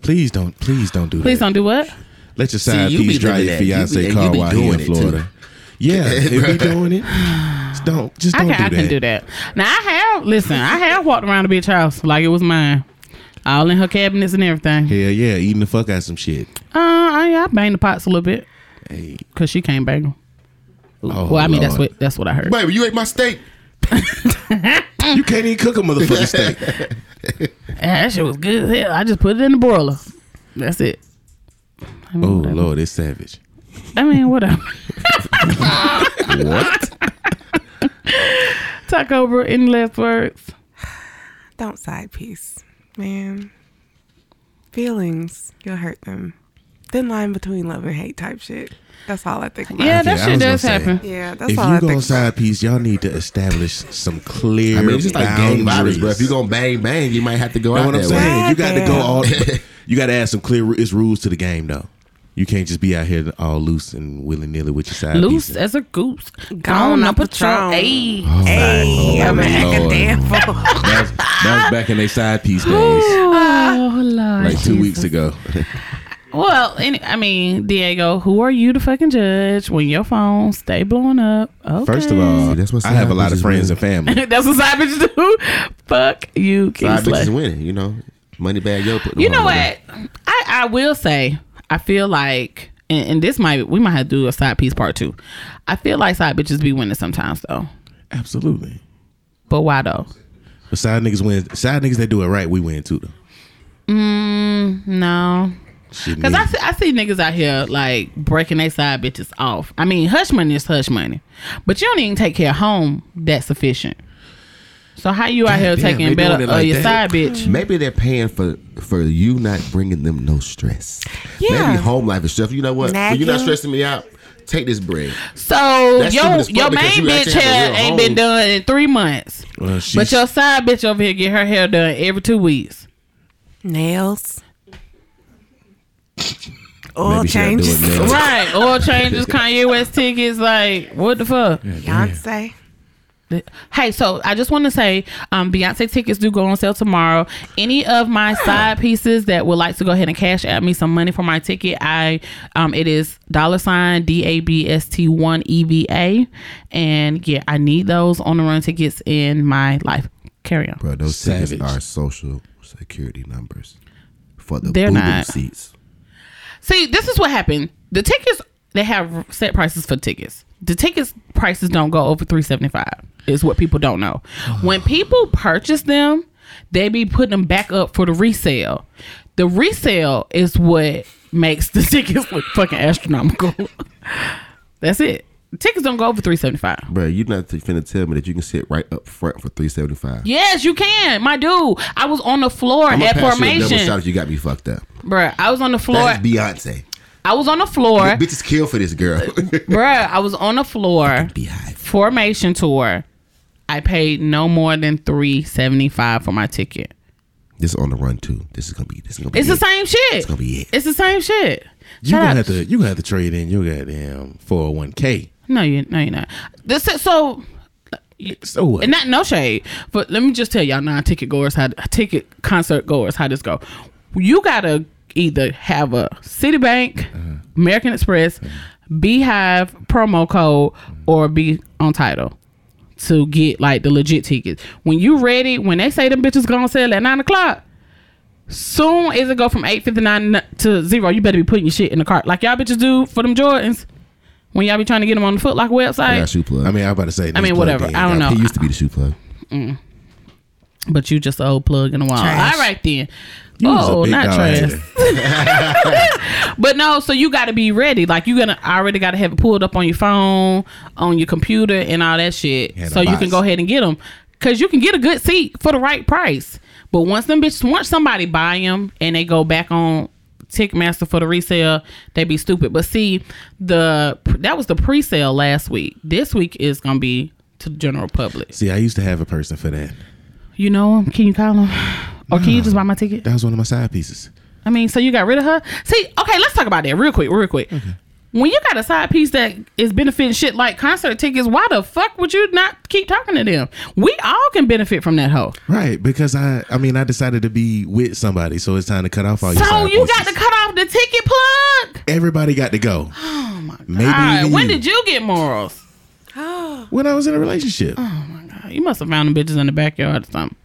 C: Please don't. Please don't do
A: Please
C: that.
A: don't do what.
C: Let your side
E: See, you be
C: piece drive
E: doing
C: your
E: that. You be-
C: fiance
E: and you
C: car
E: be
C: while he
E: doing
C: in
E: it, too.
C: Florida. Yeah, if be doing it, just don't just
A: I
C: don't
A: can, I
C: do
A: can
C: that.
A: do that. Now I have listen. I have walked around the bitch house like it was mine, all in her cabinets and everything. Uh,
C: Hell yeah, eating the fuck out of some shit.
A: I, I banged the pots a little bit
C: Hey.
A: because she can't bang them.
C: Oh,
A: well, I mean that's
C: Lord.
A: what that's what I heard.
E: Um, Baby, you ate my steak.
C: you can't even cook a motherfucking steak.
A: Ah, that shit was good. as hell. I just put it in the broiler. That's it. I mean,
C: Oh
A: whatever.
C: Lord, it's savage.
A: I mean whatever.
E: What?
A: Talk over any last words.
B: Don't side piece, man. Feelings, you'll hurt them. Thin line between love and hate type shit. That's all I think about.
A: Yeah,
C: Okay, I
A: that shit
C: was gonna
A: does
C: say,
A: happen.
B: Yeah, that's
C: if
B: all I
C: you
B: think.
C: gonna side piece, y'all need to establish some clear.
E: I mean, it's just like gang
C: boundaries.
E: violence, bro. If you gonna bang bang, you might have to go
C: know
E: out
C: what I'm
E: that way.
C: saying? You got to go
B: Goddamn.
C: all. but You got to add some clear. It's rules to the game, though. You can't just be out here all loose and willy nilly with your side
A: Loose
C: pieces.
A: as a goose,
B: Gone
A: gone up
B: up a
A: a
B: throne.
A: trunk. Hey,
C: Oh.
B: Hey, I'm an academic.
C: That's, that's back in their side piece days,
A: oh Lord,
C: like two weeks ago.
A: Well, any, I mean, Diego, who are you to fucking judge when your phone stay blowing up? Okay.
C: First of all,
E: See, that's what
C: I have a lot of
E: side bitches
C: friends
E: do.
C: and family.
A: that's what side bitches do. Fuck you, King
E: Five
A: Slay.
E: bitches winning, you know. Money bag, yo. put the
A: You know
E: home on
A: what? I, I will say, I feel like, and, and this might, we might have to do a side piece part two. I feel like side bitches be winning sometimes though.
C: Absolutely.
A: But why though?
C: But side niggas win. Side niggas that do it right, we win too. Though.
A: No.
C: Shouldn't
A: Cause
C: be.
A: I see, I see niggas out here like breaking their side bitches off. I mean, hush money is hush money, but you don't even take care of home that's sufficient. So how you out here
E: Damn, they
A: taking
E: doing
A: better
E: it
A: of
E: like
A: your
E: that.
A: side bitch?
E: Maybe they're paying for for you not bringing them no stress.
B: Yeah.
E: Maybe home life is stuff. You know what? When you're not
B: Nagging.
E: stressing me out. Take this bread.
A: So
E: That's
A: your
E: stupid as fuck
A: your
E: because
A: main
E: you
A: bitch
E: actually have
A: hair
E: a real
A: ain't been
E: home.
A: done in three months,
C: Well, she's-
A: but your side bitch over here get her hair done every two weeks.
B: Nails. Oil
E: Maybe she not doing
B: changes.
E: nails.
A: Right, oil changes, Kanye West tickets, like what the fuck?
B: Beyonce.
A: Hey, so I just want to say, um, Beyonce tickets do go on sale tomorrow. Any of my side pieces that would like to go ahead and cash at me some money for my ticket, I um, it is dollar sign D A B S T one E V A, and yeah, I need those on the run tickets in my life. Carry on.
E: Bro, those
C: Savage.
E: tickets are social security numbers for the
A: They're
E: boo-boo
A: not.
E: seats.
A: See, this is what happened. The tickets they have set prices for tickets. The tickets prices don't go over three seventy five. Is what people don't know. when people purchase them, they be putting them back up for the resale. The resale is what makes the tickets look fucking astronomical. That's it. Tickets don't go over three seventy five.
E: Bro, you're not finna tell me that you can sit right up front for 375
A: Yes, you can, my dude. I was on the floor
E: I'm gonna
A: at
E: pass you a double shot
A: formation,
E: if you got me fucked up.
A: bruh. I was on the floor.
E: That's Beyonce.
A: I was on the floor,
E: Bitches kill for this girl.
A: bruh. I was on the floor.
E: Beehive.
A: formation tour, I paid no more than three seventy five for my ticket.
E: This is on the run too. This is gonna be. This is gonna be.
A: It's
E: it.
A: the same shit. It's,
E: gonna be it.
A: the same shit.
C: you
A: Shout
C: gonna
A: out-
C: have to you gonna have to trade in your goddamn four hundred one k.
A: No, you no, you're not. This is, so
C: So what?
A: and not no shade, but let me just tell y'all non ticket goers how ticket concert goers how this go. You gotta either have a Citibank, American Express, Beehive promo code, or be on title to get like the legit tickets. When you ready, when they say them bitches gonna sell at nine o'clock. Soon as it go from eight fifty nine to zero, you better be putting your shit in the cart like y'all bitches do for them Jordans. When y'all be trying to get them on the Foot Locker website,
E: I got shoe plug.
C: I mean, I was about to say.
A: I mean, whatever. I don't know.
E: He used to be the shoe plug.
A: But you just an old plug in a while.
B: Trash.
A: All right then.
C: was a
A: oh,
C: big
A: not
C: dog
A: trash.
C: today.
A: but no, so you got to be ready. Like you gonna I already got to have it pulled up on your phone, on your computer, and all that shit,
C: Yeah, the
A: so you
C: box.
A: can go ahead and get them. Cause you can get a good seat for the right price. But once them bitches, once somebody buy them and they go back on Ticketmaster for the resale, they be stupid. But see, the that was the pre-sale last week. This week is gonna be to the general public.
C: See, I used to have a person for that.
A: You know him? Can you call him? Or can you just buy my ticket?
C: That was one of my side pieces.
A: I mean, so you got rid of her? See, okay, let's talk about that real quick, real quick. When you got a side piece that is benefiting shit like concert tickets, why the fuck would you not keep talking to them? We all can benefit from that hoe.
C: Right, because I, I mean, I decided to be with somebody, so it's time to cut off all your.
A: So
C: side
A: you
C: pieces.
A: got to cut off the ticket plug.
C: Everybody got to go. Oh my god. Maybe
A: All right,
C: even
A: when
C: you.
A: did you get morals? Oh,
C: When I was in a relationship,
A: You must have found them bitches in the backyard or something.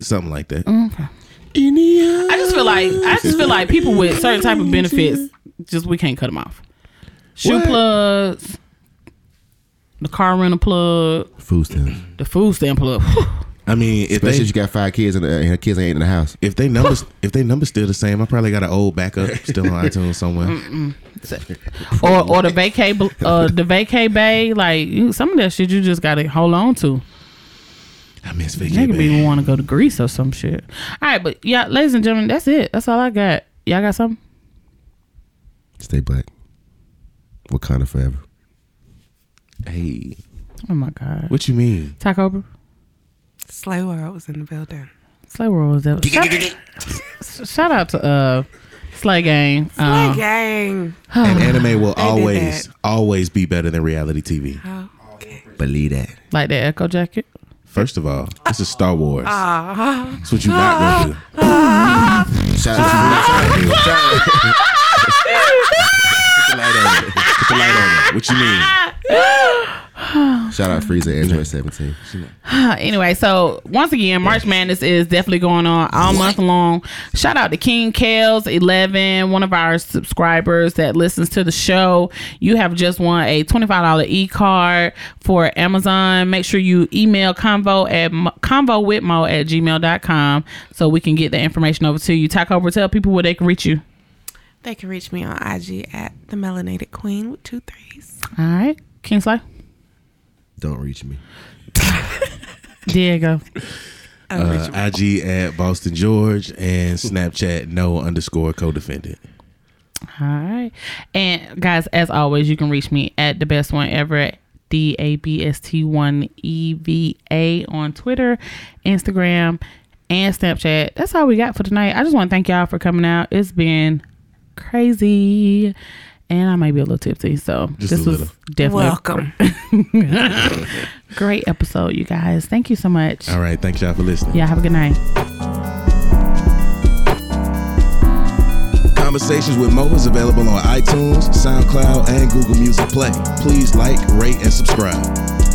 C: something like that.
A: I just feel like I just feel like people with certain type of benefits, just we can't cut them off. Shoe
C: What?
A: plugs, the car rental plug,
E: Food stamps.
A: the food stamp plug.
C: I mean, if
E: Especially
C: they
E: if you got five kids and, uh, and her kids ain't in the house.
C: if they numbers if they numbers still the same, I probably got an old backup still on iTunes somewhere.
A: or or the vacay bl- uh the vacay bay like you, some of that shit you just gotta hold on to
C: I miss
A: Nigga
C: Vicky.
A: maybe
C: babe.
A: even want to go to greece or some shit all right but yeah ladies and gentlemen that's it that's all i got y'all got something
E: Stay black. Wakanda forever.
C: Hey,
A: oh my god
C: what you mean?
A: taco Bell?
B: Slay World was in the building.
A: slay world was that shout, shout out to uh slay gang
B: Slay
A: um,
B: gang.
C: and anime will
B: did
C: always
B: that.
C: always be better than reality TV.
E: Believe that.
A: like the echo jacket
C: First of all, this is Star Wars. That's what you're not gonna do.
E: Shout out to Vanessa.
C: Put the light on it. Put the light on it. What you mean?
E: Shout out Frieza Android 17.
A: Anyway, so once again, March Madness is definitely going on all month long. Shout out to King Kales Eleven, one of our subscribers that listens to the show. You have just won a twenty five dollar e card for Amazon. Make sure you email convo at convo with mo at gmail.com so we can get the information over to you. Taco, tell people where they can reach you.
B: They can reach me on IG at the Melanated Queen with two threes.
A: All right, Kingsley.
E: Don't reach me.
A: Diego.
C: Uh, IG at Boston George and Snapchat no underscore co-defendant.
A: All right. And guys, as always, you can reach me at the best one ever D A B S T one E V A on Twitter, Instagram, and Snapchat. That's all we got for tonight. I just want to thank y'all for coming out. It's been crazy. And I might be a little tipsy, so
C: Just
A: this
C: a
A: was
C: little.
A: definitely
B: Welcome.
A: a great episode, you guys. Thank you so much.
C: All right, thanks y'all for listening.
A: Yeah, have a good night.
C: Conversations with Mo is available on iTunes, SoundCloud, and Google Music Play. Please like, rate, and subscribe.